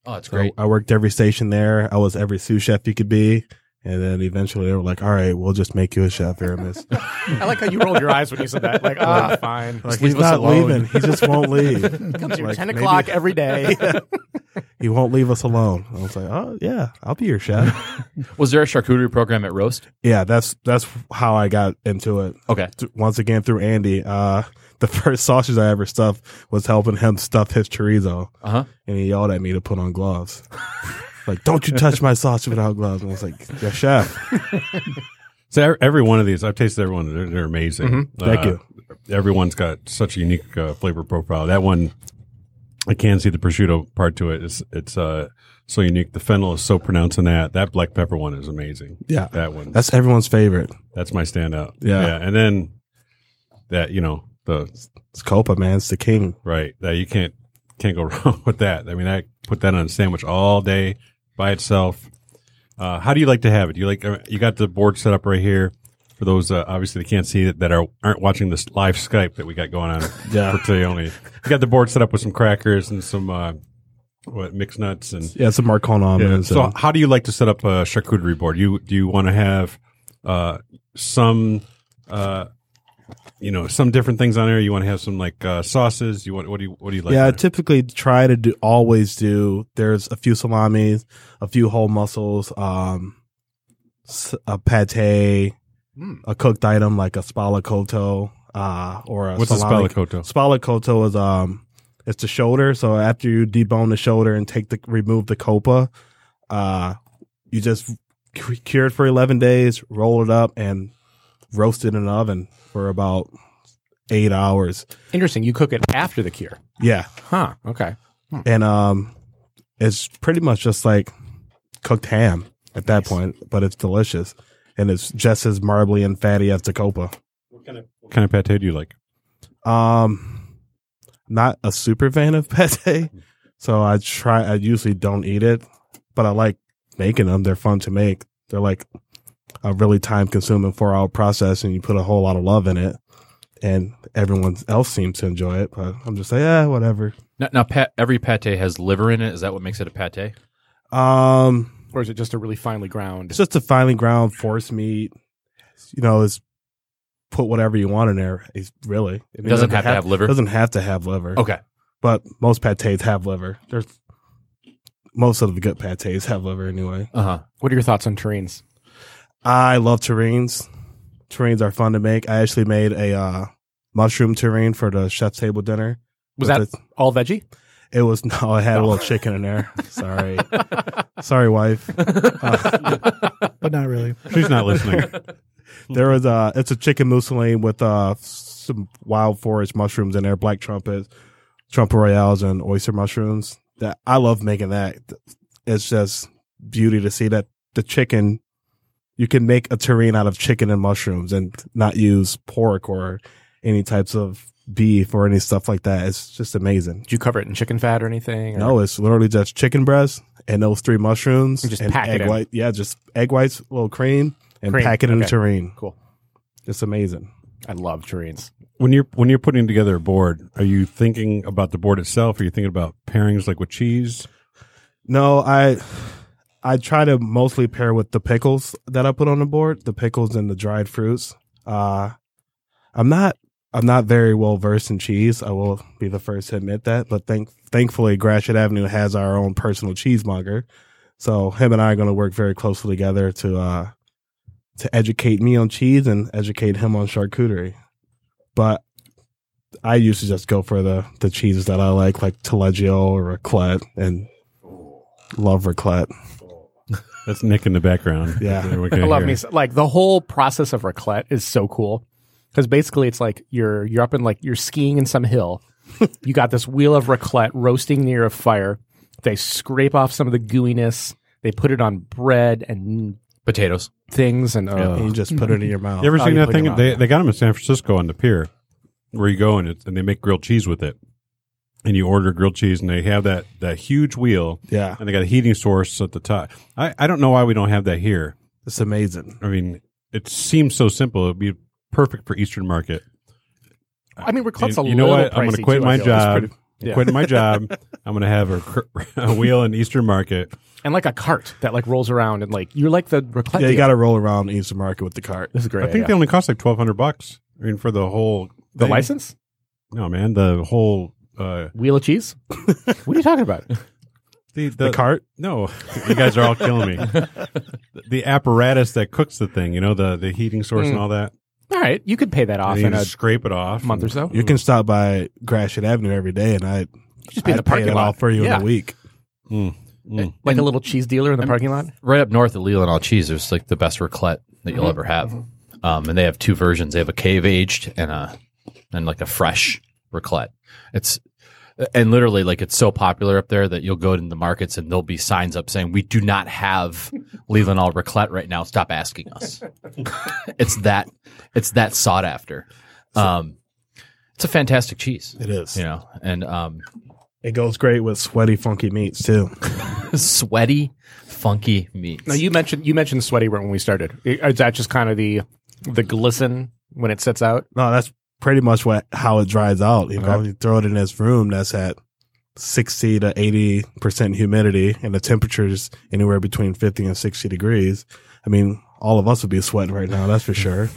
[SPEAKER 3] oh it's
[SPEAKER 7] So
[SPEAKER 3] great
[SPEAKER 7] I worked every station there. I was every sous chef you could be. And then eventually they were like, all right, we'll just make you a chef, Aramis.
[SPEAKER 4] I like how you rolled your eyes when you said that. Like, ah, fine.
[SPEAKER 3] leave
[SPEAKER 7] like, he's
[SPEAKER 3] us
[SPEAKER 7] not
[SPEAKER 3] alone."
[SPEAKER 7] leaving. He just won't leave.
[SPEAKER 4] Comes here
[SPEAKER 7] Like,
[SPEAKER 4] ten
[SPEAKER 7] maybe-
[SPEAKER 4] o'clock every day.
[SPEAKER 7] He won't leave us alone. I was like, oh, yeah, I'll be your chef.
[SPEAKER 3] was there a charcuterie program at roast
[SPEAKER 7] yeah, that's that's how I got into it.
[SPEAKER 3] okay
[SPEAKER 7] Th- Once again, through Andy. Uh, the first sausage I ever stuffed was helping him stuff his chorizo.
[SPEAKER 3] uh-huh
[SPEAKER 7] and he yelled at me to put on gloves. like, don't you touch my sausage without gloves. And I was like, yeah, chef.
[SPEAKER 2] So e- every one of these, I've tasted every one. They're, they're amazing.
[SPEAKER 7] Mm-hmm.
[SPEAKER 2] Uh,
[SPEAKER 7] Thank you.
[SPEAKER 2] Everyone's got such a unique uh, flavor profile. That one, I can see the prosciutto part to it. It's it's uh, so unique. The fennel is so pronounced in that. That black pepper one is amazing.
[SPEAKER 7] Yeah.
[SPEAKER 2] that one. That's
[SPEAKER 7] That's everyone's favorite.
[SPEAKER 2] that's my standout.
[SPEAKER 7] Yeah.
[SPEAKER 2] and then that you know the
[SPEAKER 7] It's Copa, man. It's the king.
[SPEAKER 2] right that you can't can't go wrong with that. I mean, I put that on a sandwich all day by itself. Uh, how do you like to have it? You like uh, you got the board set up right here for those uh, obviously they can't see it that are aren't watching this live Skype that we got going on
[SPEAKER 7] Yeah.
[SPEAKER 2] for today only. You got the board set up with some crackers and some uh, what mixed nuts and
[SPEAKER 7] Yeah, it's a Marcon
[SPEAKER 2] yeah.
[SPEAKER 7] almond.
[SPEAKER 2] So, how do you like to set up a charcuterie board? You do you want to have uh, some, uh, you know, some different things on there? You want to have some like uh, sauces? You want what do you what do you like?
[SPEAKER 7] yeah, I
[SPEAKER 2] there?
[SPEAKER 7] typically try to do always do. There's a few salamis, a few whole mussels, um, s- a pate,
[SPEAKER 2] Hmm.
[SPEAKER 4] Mm.
[SPEAKER 7] a cooked item like a spalacoto, uh, or a
[SPEAKER 2] what's a
[SPEAKER 7] salami-
[SPEAKER 2] spalacoto?
[SPEAKER 7] Spalacoto is um it's the shoulder. So after you debone the shoulder and take the remove the copa, uh you just cu- cure it for eleven days, roll it up and roast it in an oven for about eight hours.
[SPEAKER 4] Interesting. You cook it after the cure,
[SPEAKER 7] Yeah.
[SPEAKER 4] huh? Okay.
[SPEAKER 7] And um it's pretty much just like cooked ham at that point, but it's delicious. and it's just as marbly and fatty as the copa.
[SPEAKER 2] What kind of pate do you like?
[SPEAKER 7] Um, not a super fan of pate, so I try. I usually don't eat it, but I like making them. They're fun to make. They're like a really time consuming four hour process, and you put a whole lot of love in it. And everyone else seems to enjoy it, but I'm just like, yeah, whatever.
[SPEAKER 3] Now, now pat, every pate has liver in it. Is that what makes it a pate?
[SPEAKER 7] Um,
[SPEAKER 4] or is it just a really finely ground?
[SPEAKER 7] It's just a finely ground force meat. You know, it's put whatever you want in there. It's really I mean,
[SPEAKER 3] It doesn't have to have liver.
[SPEAKER 7] Doesn't have to have liver.
[SPEAKER 3] Okay.
[SPEAKER 7] but most pates have liver. There's most of the good pates have liver anyway.
[SPEAKER 3] Uh huh.
[SPEAKER 4] What are your thoughts on terrines?
[SPEAKER 7] I love terrines. Terrines are fun to make. I actually made a uh, mushroom terrine for the chef's table dinner.
[SPEAKER 4] Was
[SPEAKER 7] But
[SPEAKER 4] that all veggie?
[SPEAKER 7] It was no. I had a little chicken in there. Sorry, sorry, wife.
[SPEAKER 5] but not really.
[SPEAKER 2] She's not listening.
[SPEAKER 7] There was uh it's a chicken mousseline with uh some wild forage mushrooms in there, black trumpets, trumpet royales, and oyster mushrooms. That I love making that. It's just beauty to see that the chicken. You can make a terrine out of chicken and mushrooms, and not use pork or any types of beef or any stuff like that. It's just amazing.
[SPEAKER 4] Did you cover it in chicken fat or anything? or-
[SPEAKER 7] No, it's literally just chicken breast and those three mushrooms
[SPEAKER 4] And just
[SPEAKER 7] and
[SPEAKER 4] pack it
[SPEAKER 7] egg
[SPEAKER 4] in.
[SPEAKER 7] white. Yeah, just egg whites, a little cream, and
[SPEAKER 4] Cream,
[SPEAKER 7] pack it in
[SPEAKER 4] okay.
[SPEAKER 7] a terrine.
[SPEAKER 4] Cool.
[SPEAKER 7] It's amazing.
[SPEAKER 4] I love terrines.
[SPEAKER 2] when you're when you're putting together a board, are you thinking about the board itself? Are you thinking about pairings like with cheese?
[SPEAKER 7] No, I I try to mostly pair with the pickles that I put on the board, the pickles and the dried fruits. Uh I'm not I'm not very well versed in cheese. I will be the first to admit that, but thank thankfully Gratiot Avenue has our own personal cheesemonger. So him and I are going to work very closely together to uh to educate me on cheese and educate him on charcuterie. But I usually just go for the the cheeses that I like, like Taleggio or Raclette, and love Raclette.
[SPEAKER 2] That's Nick in the background.
[SPEAKER 7] Yeah.
[SPEAKER 2] I
[SPEAKER 4] I love me so- like the whole process of raclette is so cool because basically it's like you're you're up in like you're skiing in some hill. you got this wheel of raclette roasting near a fire. They scrape off some of the gooiness. They put it on bread and
[SPEAKER 3] Potatoes.
[SPEAKER 4] things and
[SPEAKER 7] And
[SPEAKER 4] uh,
[SPEAKER 7] you just put it in your mouth.
[SPEAKER 2] You ever
[SPEAKER 4] Oh,
[SPEAKER 2] seen
[SPEAKER 4] you
[SPEAKER 2] that
[SPEAKER 4] put
[SPEAKER 2] thing?
[SPEAKER 4] them out.
[SPEAKER 2] They, they got them in San Francisco on the pier where you go and it's, and they make grilled cheese with it. And you order grilled cheese and they have that, that huge wheel
[SPEAKER 7] yeah,
[SPEAKER 2] and they got a heating source at the top. I, I don't know why we don't have that here.
[SPEAKER 7] it's amazing.
[SPEAKER 2] I mean, it seems so simple. It'd be perfect for Eastern market.
[SPEAKER 4] I mean raclette's
[SPEAKER 2] You-
[SPEAKER 4] a
[SPEAKER 2] you know
[SPEAKER 4] little
[SPEAKER 2] what? I'm going
[SPEAKER 4] pricey,
[SPEAKER 2] to quit
[SPEAKER 4] too, I
[SPEAKER 2] my
[SPEAKER 4] feel. It's
[SPEAKER 2] job.
[SPEAKER 4] pretty- yeah.
[SPEAKER 2] Quit my job. I'm going to have a, cr- a wheel in Eastern market.
[SPEAKER 4] and like a cart that like rolls around and like you're like the raclette.
[SPEAKER 7] Yeah, you
[SPEAKER 4] deal.
[SPEAKER 7] got to roll around Easter Market with the cart.
[SPEAKER 4] this is a great.
[SPEAKER 2] I think
[SPEAKER 4] idea.
[SPEAKER 2] they only cost like 1200 bucks. I mean, for the whole.
[SPEAKER 4] the
[SPEAKER 2] thing.
[SPEAKER 4] license
[SPEAKER 2] No, man. The whole. Uh,
[SPEAKER 4] wheel of cheese. what are you talking about?
[SPEAKER 2] the,
[SPEAKER 7] The cart?
[SPEAKER 2] No, you guys are all killing me. The- the apparatus that cooks the thing, you know, the the heating source and all that.
[SPEAKER 4] All right, you could pay that Mm. off
[SPEAKER 2] And you
[SPEAKER 4] in a
[SPEAKER 2] just scrape it off.
[SPEAKER 4] month or
[SPEAKER 2] and-
[SPEAKER 4] so.
[SPEAKER 7] You can stop by Gratiot Avenue every day, and I
[SPEAKER 4] just
[SPEAKER 7] I'd pay it all for you
[SPEAKER 4] yeah.
[SPEAKER 7] in a week.
[SPEAKER 2] Mm.
[SPEAKER 4] like a little cheese dealer in the parking lot.
[SPEAKER 3] Right up north at Leland All Cheese, there's like the best raclette that you'll
[SPEAKER 7] Mm-hmm.
[SPEAKER 3] ever have. Um, and they have two versions. They have a cave aged and a and like a fresh raclette. It's and literally like it's so popular up there that you'll go into the markets and there'll be signs up saying we do not have Leland All raclette right now. Stop asking us. it's that it's that sought after. Um, it's a fantastic cheese,
[SPEAKER 7] It is.
[SPEAKER 3] you know, and um,
[SPEAKER 7] It goes great with sweaty, funky meats too.
[SPEAKER 3] sweaty, funky meats.
[SPEAKER 4] Now you mentioned you mentioned sweaty when we started. I- Is that just kind of the the glisten when it sets out?
[SPEAKER 7] No, that's pretty much what how it dries out.
[SPEAKER 4] Uh-huh.
[SPEAKER 7] You know, you throw it in this room that's at sixty to eighty percent humidity, and the temperature's anywhere between fifty and sixty degrees. I mean, all of us would be sweating right now, that's for sure.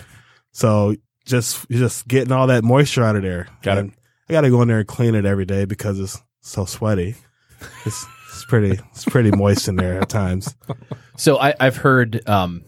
[SPEAKER 7] So just you're just getting all that moisture out of there.
[SPEAKER 4] Got it.
[SPEAKER 7] And I got to go in there and clean it every day because it's so sweaty. It's it's pretty it's pretty moist in there at times.
[SPEAKER 3] So I, I've heard um,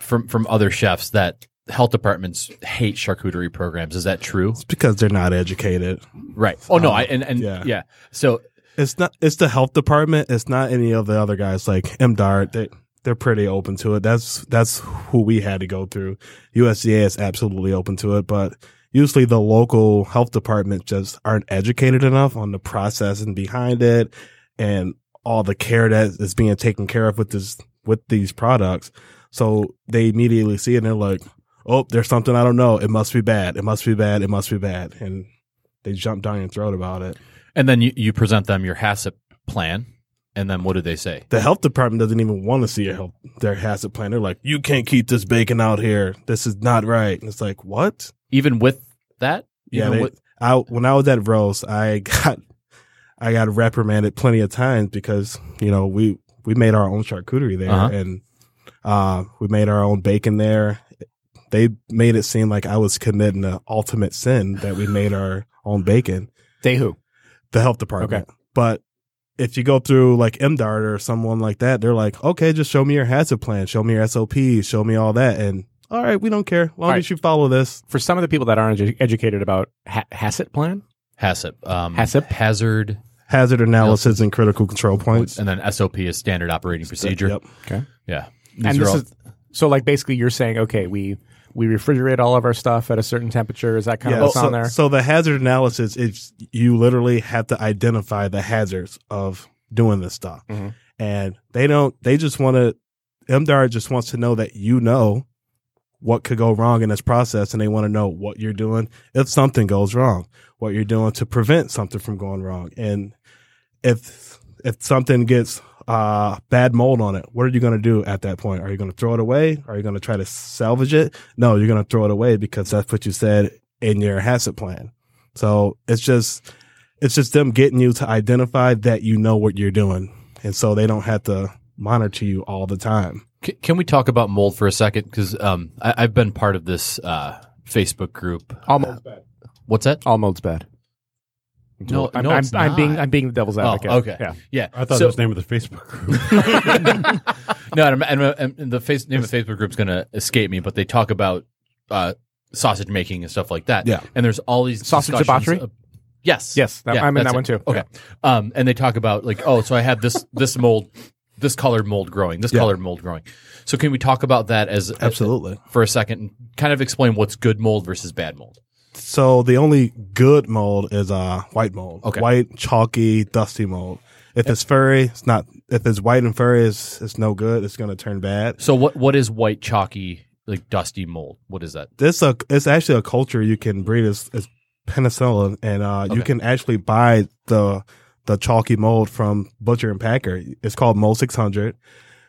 [SPEAKER 3] from from other chefs that health departments hate charcuterie programs. Is that true?
[SPEAKER 7] It's because they're not educated.
[SPEAKER 3] Right. Oh no. I and, and yeah.
[SPEAKER 7] yeah.
[SPEAKER 3] So
[SPEAKER 7] It's not. It's the health department. It's not any of the other guys like M. Dart. They they're pretty open to it. That's that's who we had to go through. USDA is absolutely open to it, but usually the local health department just aren't educated enough on the process and behind it, and all the care that is being taken care of with this with these products. So they immediately see it and they're like, "Oh, there's something I don't know. It must be bad. It must be bad. It must be bad." And they jump down your throat about it.
[SPEAKER 3] And then you, you present them your HACCP plan, and then what do they say?
[SPEAKER 7] The health department doesn't even want to see a health, their hazard plan. They're like, "You can't keep this bacon out here. This is not right." And it's like, "What?"
[SPEAKER 3] Even with that,
[SPEAKER 7] Yeah,
[SPEAKER 3] Even
[SPEAKER 7] they-
[SPEAKER 3] with-
[SPEAKER 7] I when I was at Rose, I got I got reprimanded plenty of times because you know we we made our own charcuterie there
[SPEAKER 3] Uh-huh.
[SPEAKER 7] and uh, we made our own bacon there. They made it seem like I was committing the ultimate sin that we made our own bacon.
[SPEAKER 4] They who?
[SPEAKER 7] The health department, but. If you go through like MDART or someone like that, they're like, okay, just show me your hazard plan, show me your SOPs, show me all that. And all right, we don't care. Long
[SPEAKER 4] All
[SPEAKER 7] as you follow this,
[SPEAKER 4] For some of the people that aren't edu- educated about ha- HACCP plan,
[SPEAKER 3] HACCP, um,
[SPEAKER 4] HACCP?
[SPEAKER 3] hazard,
[SPEAKER 7] hazard analysis and critical control points.
[SPEAKER 3] and then SOP is standard operating procedure.
[SPEAKER 7] Yep.
[SPEAKER 3] Yeah, These
[SPEAKER 4] and
[SPEAKER 3] are
[SPEAKER 4] this
[SPEAKER 3] all-
[SPEAKER 4] is so like basically you're saying okay we we refrigerate all of our stuff at a certain temperature is that kind of what's
[SPEAKER 7] so,
[SPEAKER 4] on there
[SPEAKER 7] so the hazard analysis is you literally have to identify the hazards of doing this stuff,
[SPEAKER 4] Mhm.
[SPEAKER 7] and they don't. They just want to. MDAR just wants to know that you know what could go wrong in this process, and they want to know what you're doing if something goes wrong, what you're doing to prevent something from going wrong, and if if something gets uh bad mold on it what are you going to do at that point are you going to throw it away are you going to try to salvage it no you're going to throw it away because that's what you said in your hazard plan so it's just it's just them getting you to identify that you know what you're doing and so they don't have to monitor you all the time
[SPEAKER 3] C- can we talk about mold for a second? Because um, I- I've been part of this uh, Facebook group.
[SPEAKER 4] all mold's bad
[SPEAKER 3] What's that?
[SPEAKER 4] all mold's bad
[SPEAKER 3] No,
[SPEAKER 4] I'm,
[SPEAKER 3] no,
[SPEAKER 4] I'm,
[SPEAKER 3] it's
[SPEAKER 4] I'm being
[SPEAKER 3] not.
[SPEAKER 4] i'm being the devil's
[SPEAKER 3] Oh,
[SPEAKER 4] advocate
[SPEAKER 3] okay.
[SPEAKER 4] yeah
[SPEAKER 3] Yeah,
[SPEAKER 2] I thought
[SPEAKER 3] so-
[SPEAKER 2] that was the name of the Facebook group.
[SPEAKER 3] no, and, I'm- and, I'm- and the face, name of the Facebook group's going to escape me, but they talk about uh, sausage making and stuff like that.
[SPEAKER 7] Yeah.
[SPEAKER 3] and there's all these
[SPEAKER 4] Sausage
[SPEAKER 3] discussions
[SPEAKER 4] debauchery?
[SPEAKER 3] of- yes,
[SPEAKER 4] yes that,
[SPEAKER 3] Yeah,
[SPEAKER 4] i'm in
[SPEAKER 3] that's
[SPEAKER 4] that
[SPEAKER 3] it.
[SPEAKER 4] one too
[SPEAKER 3] Okay, um, and they talk about like, oh, so I have this this mold, this colored mold growing, this colored mold growing. So can we talk about that as
[SPEAKER 7] absolutely
[SPEAKER 3] for a second and kind of explain what's good mold versus bad mold?
[SPEAKER 7] So the only good mold is uh white mold.
[SPEAKER 3] Okay.
[SPEAKER 7] White, chalky, dusty mold. If it's furry, it's not if it's white and furry it's, it's no good, it's gonna turn bad.
[SPEAKER 3] So what what is white chalky like dusty mold? What is that?
[SPEAKER 7] This a it's actually a culture you can breed is, is penicillin and uh you
[SPEAKER 3] Okay.
[SPEAKER 7] can actually buy the the chalky mold from Butcher and Packer. It's called Mold six hundred.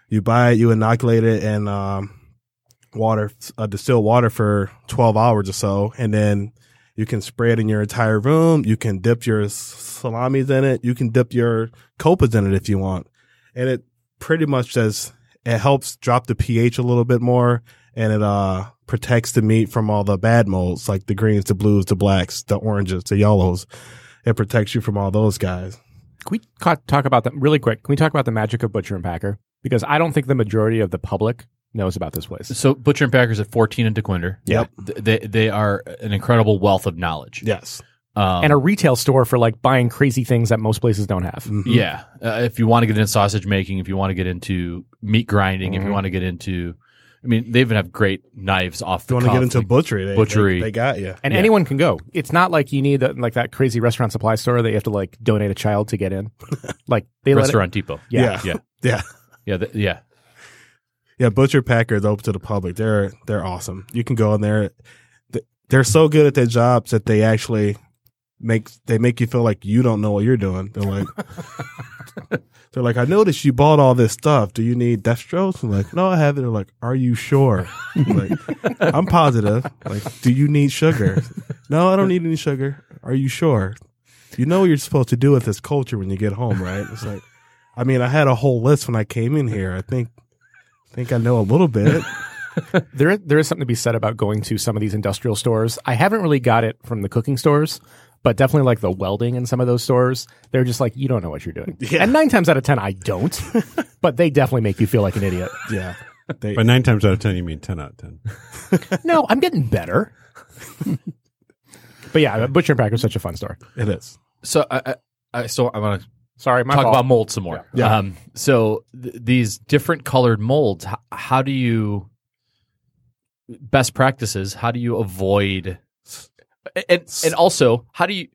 [SPEAKER 7] You buy it, you inoculate it in um water uh, distilled water for twelve hours or so and then You can spray it in your entire room. You can dip your s- salamis in it. You can dip your copas in it if you want. And it pretty much does, it helps drop the pH a little bit more and it uh, protects the meat from all the bad molds like the greens, the blues, the blacks, the oranges, the yellows. It protects you from all those guys.
[SPEAKER 4] can we ca- talk about that really quick can we talk about the magic of butcher and packer because i don't think the majority of the public knows about this place
[SPEAKER 3] So Butcher and Packers at 14 and DeQuinder.
[SPEAKER 7] Yep.
[SPEAKER 3] Th- They they are an incredible wealth of knowledge.
[SPEAKER 7] Yes.
[SPEAKER 3] Um,
[SPEAKER 4] and a retail store for like buying crazy things that most places don't have
[SPEAKER 7] Mhm.
[SPEAKER 3] yeah, uh, if you want to get into sausage making, if you want to get into meat grinding, if you
[SPEAKER 7] Mm-hmm.
[SPEAKER 4] Mhm.
[SPEAKER 3] want to get into I mean, they even have great knives off
[SPEAKER 7] If you
[SPEAKER 3] the
[SPEAKER 7] want to get
[SPEAKER 3] cuff.
[SPEAKER 7] into
[SPEAKER 3] Like,
[SPEAKER 7] butchery, they,
[SPEAKER 3] butchery.
[SPEAKER 7] They, they got you.
[SPEAKER 4] and
[SPEAKER 3] Yeah.
[SPEAKER 4] anyone can go. It's not like you need that like that crazy restaurant supply store that you have to like donate a child to get in. like they let it-
[SPEAKER 3] Restaurant Depot.
[SPEAKER 4] yeah.
[SPEAKER 7] Yeah.
[SPEAKER 3] Yeah.
[SPEAKER 7] yeah.
[SPEAKER 3] Yeah, th- yeah.
[SPEAKER 7] Yeah, Butcher Packer is open to the public. They're they're awesome. You can go in there. Th- They're so good at their jobs that they actually make they make you feel like you don't know what you're doing. They're like, they're like, I noticed you bought all this stuff. Do you need Destros? I'm like, no, I haven't. They're like, Are you sure? I'm like, I'm positive. Like, do you need sugar? No, I don't need any sugar. Are you sure? You know what you're supposed to do with this culture when you get home, right? It's like, I mean, I had a whole list when I came in here. I think think I know a little bit.
[SPEAKER 4] There there is something to be said about going to some of these industrial stores. I haven't really got it from the cooking stores, but definitely like the welding in some of those stores. They're just like you don't know what you're doing. And 9 times out of 10 I don't. but they definitely make you feel like an idiot.
[SPEAKER 7] yeah. They,
[SPEAKER 2] By nine times out of ten, you mean ten out of ten.
[SPEAKER 4] no, I'm getting better. but yeah, Butcher and Packer is such a fun store.
[SPEAKER 7] it is.
[SPEAKER 3] So I, I, I so I want to
[SPEAKER 4] Sorry, my
[SPEAKER 3] talk
[SPEAKER 4] fault.
[SPEAKER 3] about mold some more.
[SPEAKER 7] Yeah.
[SPEAKER 3] Um, so th- these different colored molds, h- how do you best practices? How do you avoid? And and also, how do you?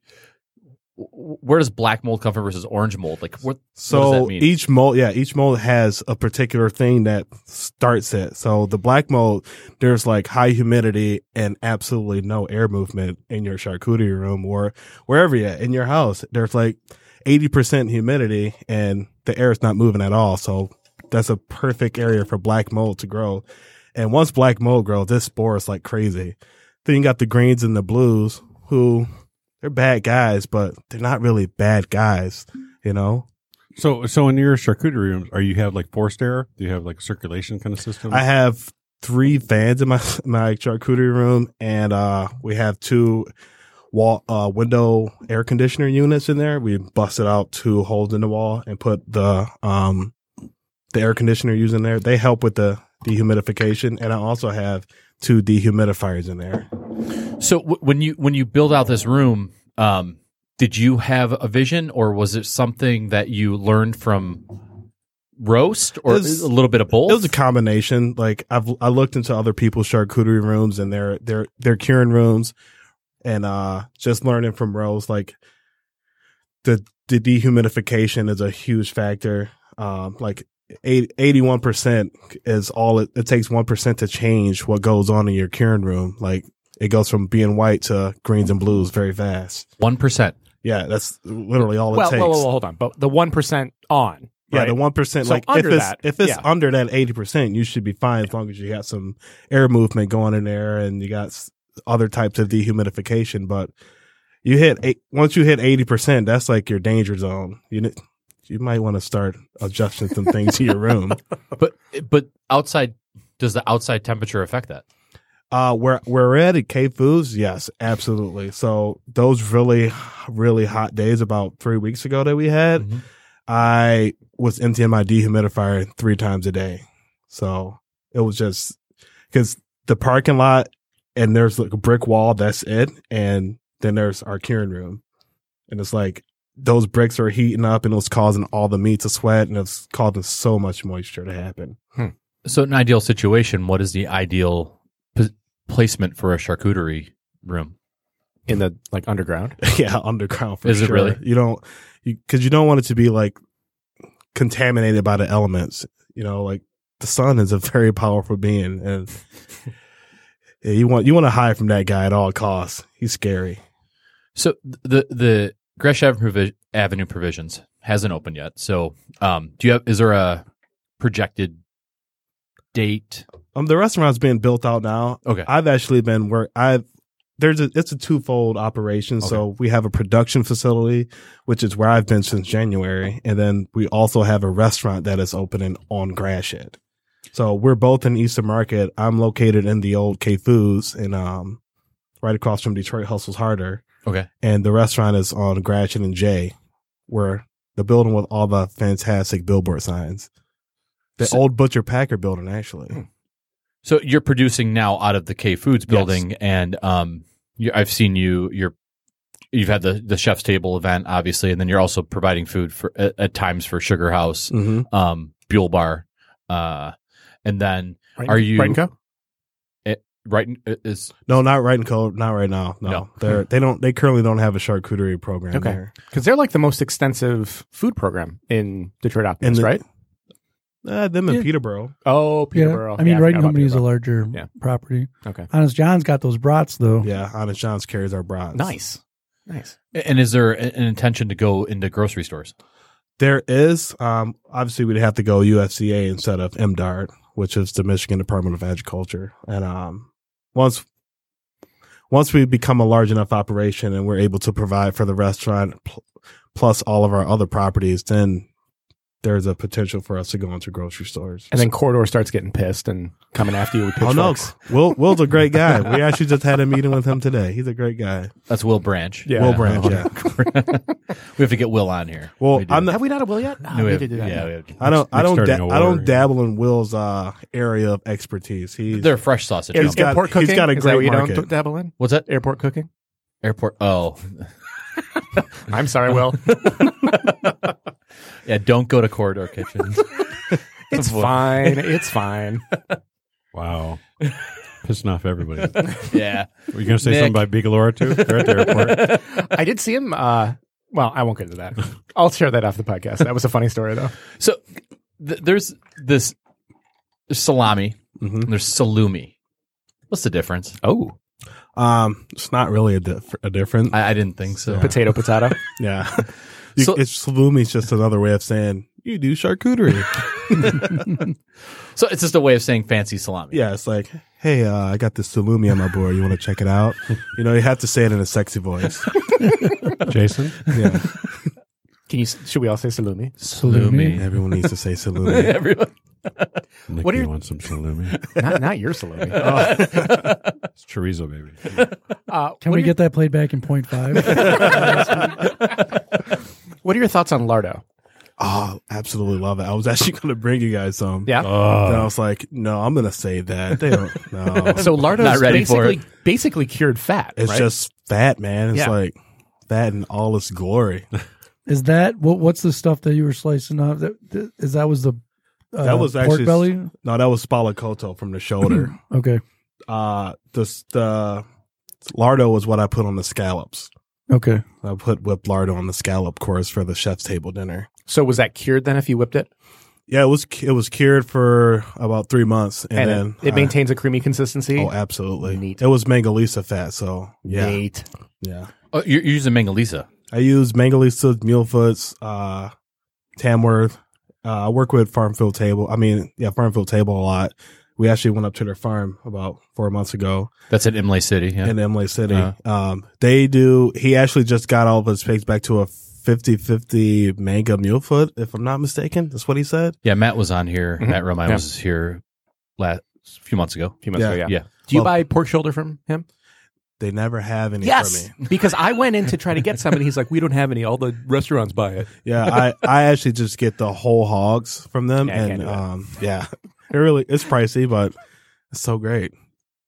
[SPEAKER 3] w- where does black mold come from versus orange mold? Like what?
[SPEAKER 7] So
[SPEAKER 3] what does that mean?
[SPEAKER 7] each mold, yeah, each mold has a particular thing that starts it. So the black mold, there's like high humidity and absolutely no air movement in your charcuterie room or wherever you're at in your house. There's like 80% humidity and the air is not moving at all. So that's a perfect area for black mold to grow. And once black mold grows, this spores like crazy. Then you got the greens and the blues who they're bad guys, but they're not really bad guys, you know?
[SPEAKER 2] So, so in your charcuterie rooms, are you have like forced air? Do you have like circulation kind of system?
[SPEAKER 7] I have three fans in my my charcuterie room, and uh, we have two wall uh, window air conditioner units in there. We busted out two holes in the wall and put the um the air conditioner used in there. They help with the dehumidification, and I also have two dehumidifiers in there.
[SPEAKER 3] So w- when you when you build out this room, um, did you have a vision, or was it something that you learned from roast, or
[SPEAKER 7] It was-
[SPEAKER 3] a little bit of both?
[SPEAKER 7] It was a combination. Like I've I looked into other people's charcuterie rooms and their their their curing rooms, and uh just learning from Rose like the the dehumidification is a huge factor. Um, like eighty one percent is all it, it takes one percent to change what goes on in your curing room. Like it goes from being white to greens and blues very fast.
[SPEAKER 3] one percent.
[SPEAKER 7] Yeah, that's literally all it
[SPEAKER 4] well,
[SPEAKER 7] takes.
[SPEAKER 4] well, well, hold on. But the one percent on.
[SPEAKER 7] Yeah,
[SPEAKER 4] right?
[SPEAKER 7] the one percent.
[SPEAKER 4] So
[SPEAKER 7] like if
[SPEAKER 4] under
[SPEAKER 7] it's
[SPEAKER 4] that,
[SPEAKER 7] if it's
[SPEAKER 4] yeah.
[SPEAKER 7] under that eighty percent, you should be fine as long as you got some air movement going in there and you got s- other types of dehumidification. But you hit eight, once you hit eighty percent, that's like your danger zone. You ne- you might want to start adjusting some things to your room.
[SPEAKER 3] But but outside, does the outside temperature affect that?
[SPEAKER 7] Uh, where we're at at K Foods, yes, absolutely. So those really, really hot days about three weeks ago that we had,
[SPEAKER 3] Mhm.
[SPEAKER 7] I was emptying my dehumidifier three times a day. So it was just because the parking lot and there's like a brick wall. That's it, and then there's our curing room, and it's like those bricks are heating up and it was causing all the meat to sweat and it's causing so much moisture to happen.
[SPEAKER 3] So in an ideal situation, what is the ideal p- placement for a charcuterie room?
[SPEAKER 4] in the like underground.
[SPEAKER 7] yeah, underground for
[SPEAKER 3] Is it
[SPEAKER 7] sure.
[SPEAKER 3] really?
[SPEAKER 7] You don't, because you, don't want it to be like contaminated by the elements. You know, like the sun is a very powerful being, and yeah, you want you want to hide from that guy at all costs. He's scary.
[SPEAKER 3] So the the Gresh Avenue, provi- Avenue provisions hasn't opened yet. So um, do you have? Is there a projected date?
[SPEAKER 7] Um, the restaurant's being built out now.
[SPEAKER 3] Okay.
[SPEAKER 7] I've actually been work. I've there's a it's a twofold operation. So we have a production facility, which is where I've been since January, and then we also have a restaurant that is opening on Gratiot. So we're both in Eastern Market. I'm located in the old K Foods, and um, right across from Detroit Hustles Harder.
[SPEAKER 3] Okay.
[SPEAKER 7] And the restaurant is on Gratiot and J, where the building with all the fantastic billboard signs. The
[SPEAKER 3] So- Hmm.
[SPEAKER 7] old Butcher Packer building, actually.
[SPEAKER 3] So you're producing now out of the K Foods building, and um, you, I've seen you. You're you've had the the chef's table event, obviously, and then you're also providing food for at, at times for Sugar House,
[SPEAKER 7] Mm-hmm.
[SPEAKER 3] um, Buell Bar, uh, and then
[SPEAKER 4] Right?
[SPEAKER 3] Are you-
[SPEAKER 4] Right and Co?
[SPEAKER 3] right is
[SPEAKER 7] No, not right and code. Not right now. No,
[SPEAKER 3] No.
[SPEAKER 7] they're they don't they currently don't have a charcuterie program
[SPEAKER 4] Okay.
[SPEAKER 7] there.
[SPEAKER 4] Because they're like the most extensive food program in Detroit
[SPEAKER 7] And
[SPEAKER 4] Optimus,
[SPEAKER 7] the-
[SPEAKER 4] right?
[SPEAKER 7] Uh, them in
[SPEAKER 5] Yeah.
[SPEAKER 7] Peterborough.
[SPEAKER 4] Oh, Peterborough.
[SPEAKER 5] I mean,
[SPEAKER 4] Yeah,
[SPEAKER 5] Wright
[SPEAKER 4] forgot
[SPEAKER 5] and
[SPEAKER 4] about
[SPEAKER 5] Company is a
[SPEAKER 4] Peterborough.
[SPEAKER 5] larger
[SPEAKER 4] Yeah.
[SPEAKER 5] property.
[SPEAKER 4] Okay.
[SPEAKER 5] Honest John's got those brats though.
[SPEAKER 7] Yeah, Honest John's carries our brats.
[SPEAKER 4] Nice. Nice.
[SPEAKER 3] and is there a- an intention to go into grocery stores?
[SPEAKER 7] There is um obviously we'd have to go UFCA instead of MDART, which is the Michigan Department of Agriculture. And um once once we become a large enough operation and we're able to provide for the restaurant pl- plus all of our other properties, then there's a potential for us to go into grocery stores.
[SPEAKER 4] And then Corridor starts getting pissed and coming after you with
[SPEAKER 7] Oh no,
[SPEAKER 4] pitchforks.
[SPEAKER 7] Will Will's a great guy. We actually just had a meeting with him today. He's a great guy.
[SPEAKER 3] That's Will Branch.
[SPEAKER 4] Yeah.
[SPEAKER 7] Will Branch.
[SPEAKER 3] Okay.
[SPEAKER 7] Yeah.
[SPEAKER 3] we have to get Will on here.
[SPEAKER 7] Well,
[SPEAKER 3] We do.
[SPEAKER 7] I'm not,
[SPEAKER 4] Have we not a will yet? No,
[SPEAKER 3] No,
[SPEAKER 4] we
[SPEAKER 3] we
[SPEAKER 4] need
[SPEAKER 3] have-
[SPEAKER 4] to do that.
[SPEAKER 3] yeah, we have-
[SPEAKER 7] I don't I
[SPEAKER 2] Like
[SPEAKER 7] don't
[SPEAKER 2] starting
[SPEAKER 7] da-
[SPEAKER 2] a
[SPEAKER 7] I
[SPEAKER 2] war.
[SPEAKER 7] don't dabble in Will's uh, area of expertise. He's
[SPEAKER 3] they're fresh sausage.
[SPEAKER 4] Airport
[SPEAKER 7] He's got-
[SPEAKER 4] cooking.
[SPEAKER 7] he's got a
[SPEAKER 4] Is that
[SPEAKER 7] great
[SPEAKER 4] what you don't
[SPEAKER 7] market.
[SPEAKER 4] dabble in?
[SPEAKER 3] What's that?
[SPEAKER 4] Airport cooking?
[SPEAKER 3] Airport. Oh,
[SPEAKER 4] I'm sorry, Will.
[SPEAKER 3] yeah. Don't go to corridor kitchens.
[SPEAKER 4] it's fine. It's fine.
[SPEAKER 2] wow, pissing off everybody.
[SPEAKER 3] yeah.
[SPEAKER 2] Were you going to say
[SPEAKER 3] Nick.
[SPEAKER 2] something about Bigalora too? They're at the airport.
[SPEAKER 4] I did see him uh, Well, I won't get into that. I'll share that off the podcast. That was a funny story, though.
[SPEAKER 3] So th- there's this there's salami.
[SPEAKER 7] Mhm.
[SPEAKER 3] And there's salumi. What's the difference?
[SPEAKER 4] Mm-hmm. Oh,
[SPEAKER 7] Um, it's not really a, diff- a difference.
[SPEAKER 3] I, I didn't think so.
[SPEAKER 4] potato, potato.
[SPEAKER 7] yeah, you,
[SPEAKER 3] So-
[SPEAKER 7] it's salumi is just another way of saying you do charcuterie.
[SPEAKER 3] So it's just a way of saying fancy salami.
[SPEAKER 7] yeah, it's like, hey, uh, I got this salumi on my board. You want to check it out? You know, you have to say it in a sexy voice.
[SPEAKER 2] Jason.
[SPEAKER 7] Yeah,
[SPEAKER 4] Can you? Should we all say salumi?
[SPEAKER 3] Salumi.
[SPEAKER 7] everyone needs to say salumi.
[SPEAKER 3] Everyone.
[SPEAKER 2] Nick,
[SPEAKER 4] What are
[SPEAKER 2] do you
[SPEAKER 4] your-
[SPEAKER 2] want some salumi?
[SPEAKER 4] not, not your salumi.
[SPEAKER 2] It's chorizo, baby.
[SPEAKER 4] Uh,
[SPEAKER 5] Can
[SPEAKER 4] what,
[SPEAKER 5] we
[SPEAKER 4] are
[SPEAKER 5] get that played back in point five?
[SPEAKER 4] your, what are your thoughts on lardo?
[SPEAKER 7] Oh, absolutely love it. I was actually going to bring you guys some.
[SPEAKER 4] Yeah.
[SPEAKER 7] And I was like, no, I'm going to say that. They don't. No.
[SPEAKER 4] so lardo
[SPEAKER 3] Not
[SPEAKER 4] is
[SPEAKER 3] ready for
[SPEAKER 4] basically basically cured fat.
[SPEAKER 7] it's
[SPEAKER 4] right?
[SPEAKER 7] just fat, man. It's
[SPEAKER 4] Yeah.
[SPEAKER 7] like fat in all its glory.
[SPEAKER 5] Is that what? What's the stuff that you were slicing up? That that- is that was the uh,
[SPEAKER 7] That was
[SPEAKER 5] pork
[SPEAKER 7] actually-
[SPEAKER 5] belly.
[SPEAKER 7] No, that was Spalacoto from the shoulder.
[SPEAKER 5] Okay,
[SPEAKER 7] uh, the, the lardo was what I put on the scallops.
[SPEAKER 5] okay.
[SPEAKER 7] I put whipped lardo on the scallop course for the chef's table dinner.
[SPEAKER 4] so was that cured then if you whipped it?
[SPEAKER 7] Yeah, it was it was cured for about three months, and,
[SPEAKER 4] And,
[SPEAKER 7] then
[SPEAKER 4] it, it
[SPEAKER 7] I-
[SPEAKER 4] maintains a creamy consistency.
[SPEAKER 7] oh, absolutely.
[SPEAKER 4] Neat.
[SPEAKER 7] It was Mangalisa fat, so yeah,
[SPEAKER 4] Neat.
[SPEAKER 7] yeah.
[SPEAKER 3] Oh, you're, you're using Mangalisa.
[SPEAKER 7] I use Mangalisa, Mulefoots, uh, Tamworth. Uh, I work with Farmfield Table. I mean, yeah, Farmfield Table a lot. We actually went up to their farm about four months ago
[SPEAKER 3] That's in Imlay City. Yeah.
[SPEAKER 7] in Emily City.
[SPEAKER 3] Uh.
[SPEAKER 7] Um, they do, he actually just got all of his pigs back to a 50 50 manga mulefoot, if I'm not mistaken. That's what he said.
[SPEAKER 3] yeah. Matt was on here.
[SPEAKER 4] Mhm.
[SPEAKER 3] Matt Romine
[SPEAKER 4] Yeah.
[SPEAKER 3] was here last a few months ago.
[SPEAKER 4] A few months
[SPEAKER 7] Yeah.
[SPEAKER 4] ago, yeah.
[SPEAKER 3] Yeah.
[SPEAKER 4] Do you
[SPEAKER 7] Well-
[SPEAKER 4] buy pork shoulder from him?
[SPEAKER 7] They never have any for me.
[SPEAKER 4] because I went in to try to get some, and he's like, "We don't have any. All the restaurants buy it."
[SPEAKER 7] Yeah, I, I actually just get the whole hogs from them,
[SPEAKER 4] Yeah, I can't
[SPEAKER 7] and
[SPEAKER 4] do that.
[SPEAKER 7] um, yeah, it really it's pricey, but it's so great.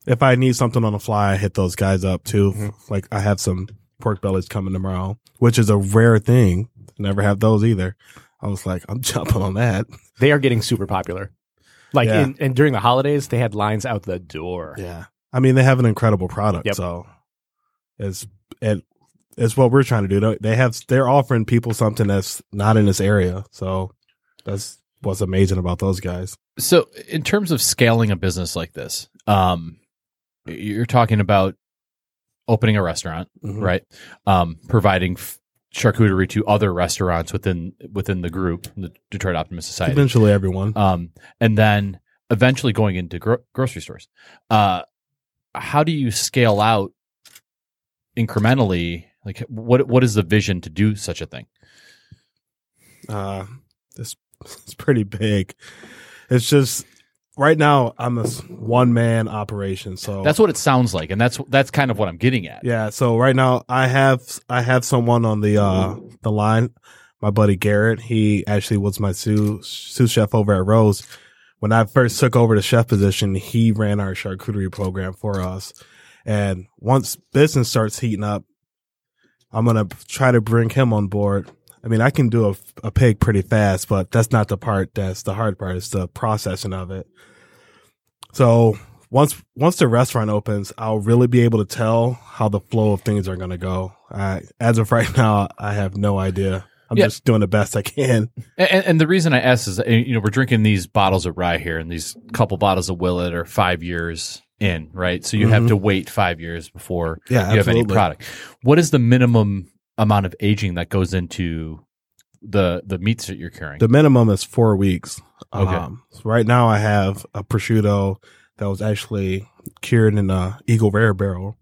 [SPEAKER 7] If I need something on the fly, I hit those guys up too.
[SPEAKER 4] Mm-hmm.
[SPEAKER 7] Like I have some pork bellies coming tomorrow, which is a rare thing. Never have those either. I was like, I'm jumping on that.
[SPEAKER 4] They are getting super popular. Like,
[SPEAKER 7] Yeah.
[SPEAKER 4] in, and during the holidays, they had lines out the door.
[SPEAKER 7] Yeah, I mean they have an incredible product,
[SPEAKER 4] Yep.
[SPEAKER 7] so it's it, it's what we're trying to do. They- They have they're offering people something that's not in this area, so that's what's amazing about those guys.
[SPEAKER 3] So, in terms of scaling a business like this, um, you're talking about opening a restaurant,
[SPEAKER 7] Mhm.
[SPEAKER 3] right? Um, providing f- charcuterie to other restaurants within within the group, the Detroit Optimist Society,
[SPEAKER 7] Eventually, everyone.
[SPEAKER 3] um, and then eventually going into gro- grocery stores. Uh, how do you scale out incrementally? Like, what what is the vision to do such a thing?
[SPEAKER 7] uh it's, it's pretty big it's just right now i'm a one man operation so
[SPEAKER 3] That's what it sounds like, and that's that's kind of what I'm getting at.
[SPEAKER 7] yeah so right now i have i have someone on the uh the line my buddy garrett he actually was my sous, sous chef over at rose when i first took over the chef position he ran our charcuterie program for us and once business starts heating up i'm gonna try to bring him on board i mean i can do a, a pig pretty fast but that's not the part that's the hard part it's the processing of it so once once the restaurant opens, I'll really be able to tell how the flow of things are going to go. I, as of right now, I have no idea. I'm
[SPEAKER 3] Yeah.
[SPEAKER 7] just doing the best I can.
[SPEAKER 3] And, and the reason I ask is, uh, you know, we're drinking these bottles of rye here, and these couple bottles of Willet are five years in, right? So you have
[SPEAKER 7] Mhm.
[SPEAKER 3] to wait five years before
[SPEAKER 7] Yeah,
[SPEAKER 3] you have any product. What is the minimum amount of aging that goes into the the meats that you're carrying?
[SPEAKER 7] The minimum is four weeks.
[SPEAKER 3] Okay.
[SPEAKER 7] Um, so right now, I have a prosciutto that was actually cured in a Eagle Rare barrel.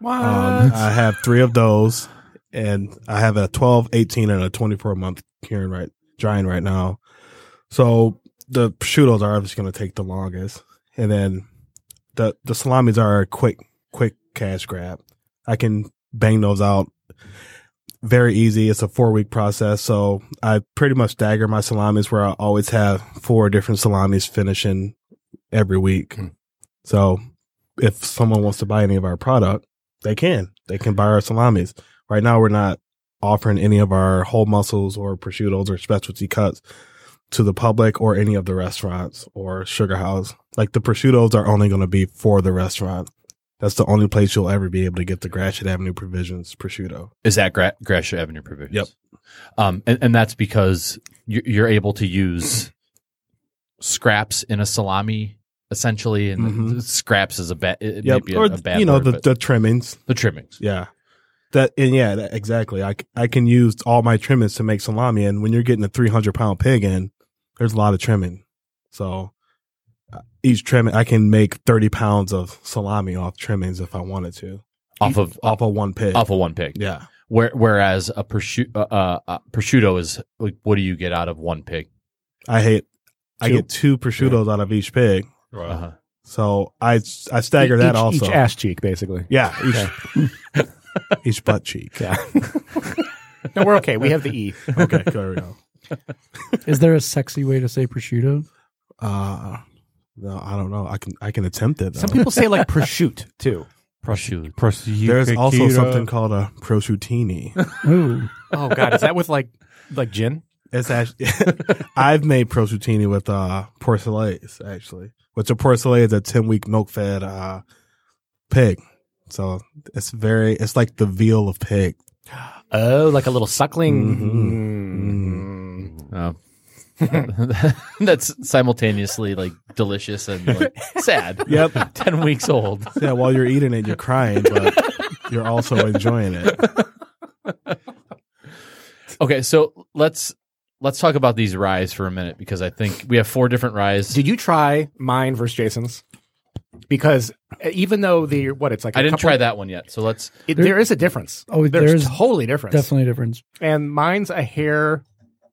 [SPEAKER 4] What?
[SPEAKER 7] Um, I have three of those, and I have a 12, 18, and a 24 month curing right drying right now. So the prosciuttos are obviously going to take the longest, and then the the salamis are a quick quick cash grab. I can bang those out very easy. It's a four week process, so I pretty much stagger my salamis where I always have four different salamis finishing every week.
[SPEAKER 3] Hmm.
[SPEAKER 7] So if someone wants to buy any of our product, they can. They can buy our salamis. Right now, we're not offering any of our whole muscles or prosciuttos or specialty cuts to the public or any of the restaurants or sugar house. Like the prosciuttos are only going to be for the restaurant. That's the only place you'll ever be able to get the Gratiot Avenue Provisions prosciutto.
[SPEAKER 3] Is that Gra- Gratiot Avenue provisions?
[SPEAKER 7] Yep.
[SPEAKER 3] Um, and, and that's because you're, you're able to use scraps in a salami, essentially. And
[SPEAKER 7] Mhm.
[SPEAKER 3] scraps is a bad, it
[SPEAKER 7] Yep.
[SPEAKER 3] may be a,
[SPEAKER 7] Or
[SPEAKER 3] a bad
[SPEAKER 7] you know
[SPEAKER 3] word,
[SPEAKER 7] the,
[SPEAKER 3] but
[SPEAKER 7] the trimmings.
[SPEAKER 3] the trimmings.
[SPEAKER 7] Yeah. That and yeah, that, exactly. I, c- I can use all my trimmings to make salami, and when you're getting a 300 pound pig in, there's a lot of trimming. So uh, each trimming, I can make 30 pounds of salami off trimmings if I wanted to,
[SPEAKER 3] Off of, off,
[SPEAKER 7] off of one pig.
[SPEAKER 3] off of one pig.
[SPEAKER 7] yeah,
[SPEAKER 3] Where, whereas a prosciutto, uh, uh, prosciutto is like, what do you get out of one pig?
[SPEAKER 7] I hate. I
[SPEAKER 4] Two.
[SPEAKER 7] get two prosciuttos out of each pig,
[SPEAKER 3] Uh-huh.
[SPEAKER 7] so I I stagger that
[SPEAKER 4] E-, each,
[SPEAKER 7] also.
[SPEAKER 4] Each ass cheek, basically.
[SPEAKER 7] yeah, each, each butt cheek.
[SPEAKER 4] Yeah. no, we're okay. We have the E.
[SPEAKER 7] Okay, there we go.
[SPEAKER 5] Is there a sexy way to say prosciutto?
[SPEAKER 7] Uh, no, I don't know. I can I can attempt it. Though.
[SPEAKER 4] Some people say like prosciutto too.
[SPEAKER 3] Prosciutto.
[SPEAKER 7] There's also something called a prosciutini.
[SPEAKER 5] Ooh.
[SPEAKER 4] Oh God, is that with like like gin?
[SPEAKER 7] It's actually I've made prosciutini with uh porcelains actually, which a porcelain is a ten week milk fed uh pig. So it's very it's like the veal of pig.
[SPEAKER 4] Oh, like a little suckling. Mm-hmm.
[SPEAKER 3] Oh. That's simultaneously like delicious and like, sad.
[SPEAKER 7] Yep.
[SPEAKER 3] Ten weeks old.
[SPEAKER 7] yeah. While you're eating it, you're crying, but you're also enjoying it.
[SPEAKER 3] Okay, so let's let's talk about these rise for a minute because I think we have four different rise.
[SPEAKER 4] Did you try mine versus Jason's? Because uh, even though the what it's like
[SPEAKER 3] I
[SPEAKER 4] a
[SPEAKER 3] didn't
[SPEAKER 4] couple-
[SPEAKER 3] try that one yet, so let's.
[SPEAKER 4] it- there is a difference.
[SPEAKER 5] Oh,
[SPEAKER 4] there's,
[SPEAKER 5] there's
[SPEAKER 4] totally difference.
[SPEAKER 5] definitely a difference.
[SPEAKER 4] And mine's a hair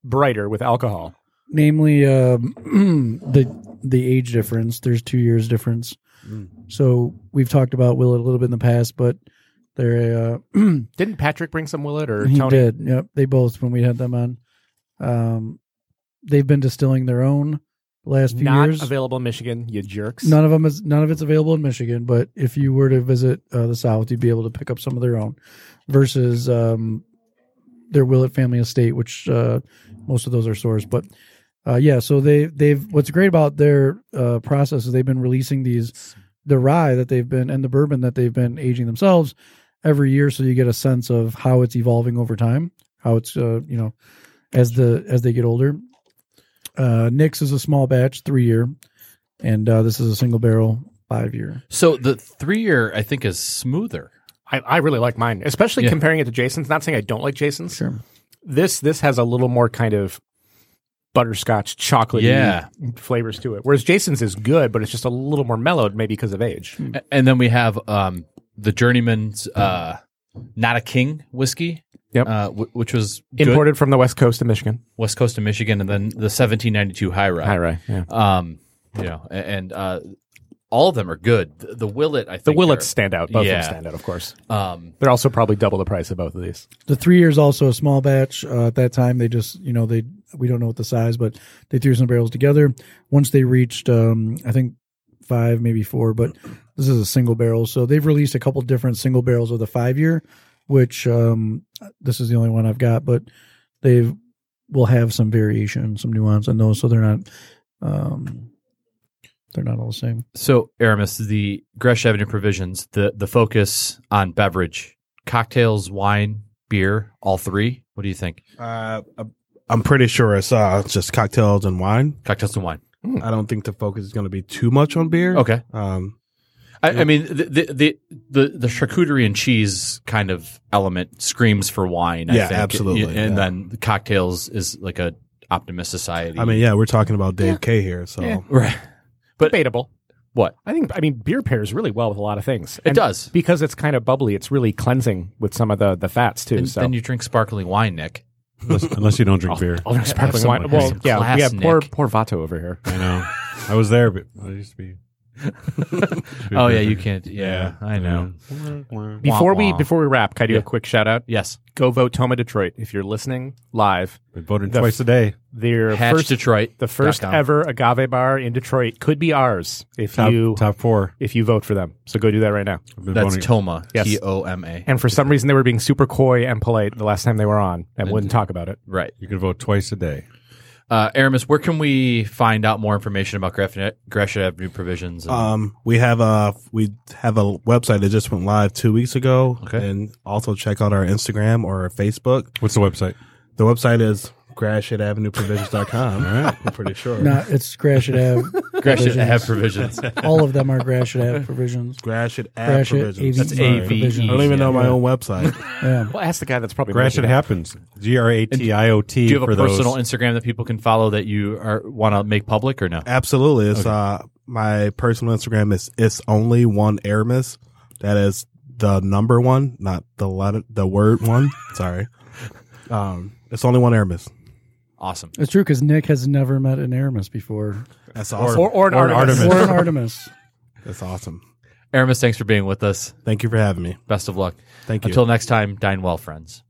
[SPEAKER 4] brighter with alcohol.
[SPEAKER 5] Namely, um, the the age difference. There's two years difference.
[SPEAKER 4] Hmm.
[SPEAKER 5] So we've talked about Willet a little bit in the past, but they're uh,
[SPEAKER 4] Didn't Patrick bring some Willet or
[SPEAKER 5] he
[SPEAKER 4] Tony?
[SPEAKER 5] did. Yep, they both when we had them on. Um, they've been distilling their own the last few
[SPEAKER 4] Not
[SPEAKER 5] years.
[SPEAKER 4] available in Michigan, you jerks.
[SPEAKER 5] None of them is none of it's available in Michigan, but if you were to visit uh, the South, you'd be able to pick up some of their own. Versus um, their Willett family estate, which uh, most of those are sourced. But uh, yeah, so they they've what's great about their uh, process is they've been releasing these the rye that they've been and the bourbon that they've been aging themselves every year, so you get a sense of how it's evolving over time, how it's uh, you know as the as they get older. Uh, Nick's is a small batch, three year, and uh, this is a single barrel five year.
[SPEAKER 3] So the three year I think is smoother.
[SPEAKER 4] I, I really like mine, especially
[SPEAKER 3] Yeah.
[SPEAKER 4] comparing it to Jason's. Not saying I don't like Jason's.
[SPEAKER 5] Sure.
[SPEAKER 4] This this has a little more kind of butterscotch chocolatey
[SPEAKER 3] Yeah.
[SPEAKER 4] flavors to it. Whereas Jason's is good, but it's just a little more mellowed, maybe because of age.
[SPEAKER 3] A- And then we have um, the Journeyman's uh, Not a King whiskey,
[SPEAKER 4] Mm-hmm. Yep.
[SPEAKER 3] uh, w- which was good.
[SPEAKER 4] Imported from the west coast of Michigan.
[SPEAKER 3] West Coast of Michigan, and then the 1792 High Rye.
[SPEAKER 4] right. Yeah.
[SPEAKER 3] Um, you know, a- and uh, all of them are good. The, the Willet, I think,
[SPEAKER 4] The
[SPEAKER 3] are-
[SPEAKER 4] Willets stand out. Both
[SPEAKER 3] Yeah.
[SPEAKER 4] of them stand out, of course.
[SPEAKER 3] Um,
[SPEAKER 4] They're also probably double the price of both of these.
[SPEAKER 5] The three years also a small batch. Uh, at that time, they just you know they we don't know what the size, but they threw some barrels together. Once they reached, um, I think five, maybe four, but this is a single barrel. So they've released a couple different single barrels of the five year, which um, this is the only one I've got, but they will have some variation, some nuance on those, so they're not um, they're not all the same.
[SPEAKER 3] so Aramis, the Gresh Avenue provisions, the the focus on beverage, cocktails, wine, beer, all three. What do you think?
[SPEAKER 7] Uh, I'm pretty sure it's uh just cocktails and wine.
[SPEAKER 3] Cocktails and wine.
[SPEAKER 7] I don't think the focus is going to be too much on beer.
[SPEAKER 3] Okay.
[SPEAKER 7] Um,
[SPEAKER 3] I, I mean, the, the the the the charcuterie and cheese kind of element screams for wine. I
[SPEAKER 7] Yeah,
[SPEAKER 3] think. And
[SPEAKER 7] absolutely, yeah.
[SPEAKER 3] then the cocktails is like a optimist society.
[SPEAKER 7] I mean, yeah, we're talking about Dave K here, so
[SPEAKER 4] Yeah.
[SPEAKER 3] right? But-
[SPEAKER 4] Debatable.
[SPEAKER 3] What?
[SPEAKER 4] I think I mean beer pairs really well with a lot of things.
[SPEAKER 3] It does.
[SPEAKER 4] because it's kind of bubbly. It's really cleansing with some of the the fats too.
[SPEAKER 3] And
[SPEAKER 4] so
[SPEAKER 3] Then you drink sparkling wine, Nick.
[SPEAKER 2] unless, unless you don't drink beer.
[SPEAKER 4] Oh, there's sparkling
[SPEAKER 3] Have some-
[SPEAKER 4] wine. Well,
[SPEAKER 3] have some
[SPEAKER 4] yeah,
[SPEAKER 3] class,
[SPEAKER 4] yeah. Poor,
[SPEAKER 3] Nick.
[SPEAKER 4] poor Vato over here.
[SPEAKER 2] I know. I was there, but I used to be.
[SPEAKER 3] Oh yeah, you can't. Yeah, I know.
[SPEAKER 2] Yeah.
[SPEAKER 4] Before we
[SPEAKER 3] wah.
[SPEAKER 4] before we wrap, can I do
[SPEAKER 3] Yeah.
[SPEAKER 4] a quick shout out?
[SPEAKER 3] Yes,
[SPEAKER 4] Go vote Toma Detroit if you're listening live.
[SPEAKER 2] Been voting
[SPEAKER 4] The
[SPEAKER 2] twice a day.
[SPEAKER 4] Their
[SPEAKER 3] Hatch
[SPEAKER 4] first
[SPEAKER 3] Detroit.
[SPEAKER 4] the first
[SPEAKER 3] dot com.
[SPEAKER 4] ever agave bar in Detroit could be ours if
[SPEAKER 2] Top,
[SPEAKER 4] you
[SPEAKER 2] top four.
[SPEAKER 4] if you vote for them. So go do that right now.
[SPEAKER 2] I've been
[SPEAKER 3] That's
[SPEAKER 2] voting-
[SPEAKER 3] Toma.
[SPEAKER 4] Yes.
[SPEAKER 3] T O M A.
[SPEAKER 4] And for some reason, they were being super coy and polite the last time they were on and wouldn't talk about it.
[SPEAKER 3] Right.
[SPEAKER 2] you can vote twice a day.
[SPEAKER 3] Uh, Aramis, where can we find out more information about Gratiot Gratiot Avenue provisions? and-
[SPEAKER 7] Um, we have a we have a website that just went live two weeks ago,
[SPEAKER 3] Okay.
[SPEAKER 7] and also check out our Instagram or our Facebook.
[SPEAKER 2] What's the website?
[SPEAKER 7] The website is gratiatavenueprovisions.com. I'm pretty sure.
[SPEAKER 5] No, it's Gratiot Ave.
[SPEAKER 3] Gratiot Ave provisions.
[SPEAKER 5] All of them are Gratiot Ave provisions.
[SPEAKER 7] Gratiot Ave
[SPEAKER 5] Gratiot
[SPEAKER 7] provisions.
[SPEAKER 5] AV.
[SPEAKER 3] That's A V
[SPEAKER 5] Provisions.
[SPEAKER 3] E.
[SPEAKER 7] I don't even know my own website.
[SPEAKER 5] Yeah.
[SPEAKER 4] Well, ask the guy that's probably
[SPEAKER 2] Grash
[SPEAKER 4] making
[SPEAKER 2] it
[SPEAKER 4] it.
[SPEAKER 2] happens. G R A T I O T.
[SPEAKER 3] Do you have
[SPEAKER 2] for
[SPEAKER 3] a personal
[SPEAKER 2] Those.
[SPEAKER 3] Instagram that people can follow that you are want to make public or no?
[SPEAKER 7] Absolutely. It's uh my personal Instagram is it's only one Aramis. That is the number one, not the letter the word one. Sorry. Um it's only one Aramis.
[SPEAKER 3] Awesome.
[SPEAKER 5] It's true because Nick has never met an Aramis before
[SPEAKER 7] That's awesome.
[SPEAKER 4] Or, or an
[SPEAKER 2] Or an
[SPEAKER 4] Artemis.
[SPEAKER 2] Artemis.
[SPEAKER 5] or an Artemis.
[SPEAKER 7] That's awesome.
[SPEAKER 3] Aramis, thanks for being with us.
[SPEAKER 7] Thank you for having me.
[SPEAKER 3] Best of luck.
[SPEAKER 7] Thank you.
[SPEAKER 3] Until next time, dine well, friends.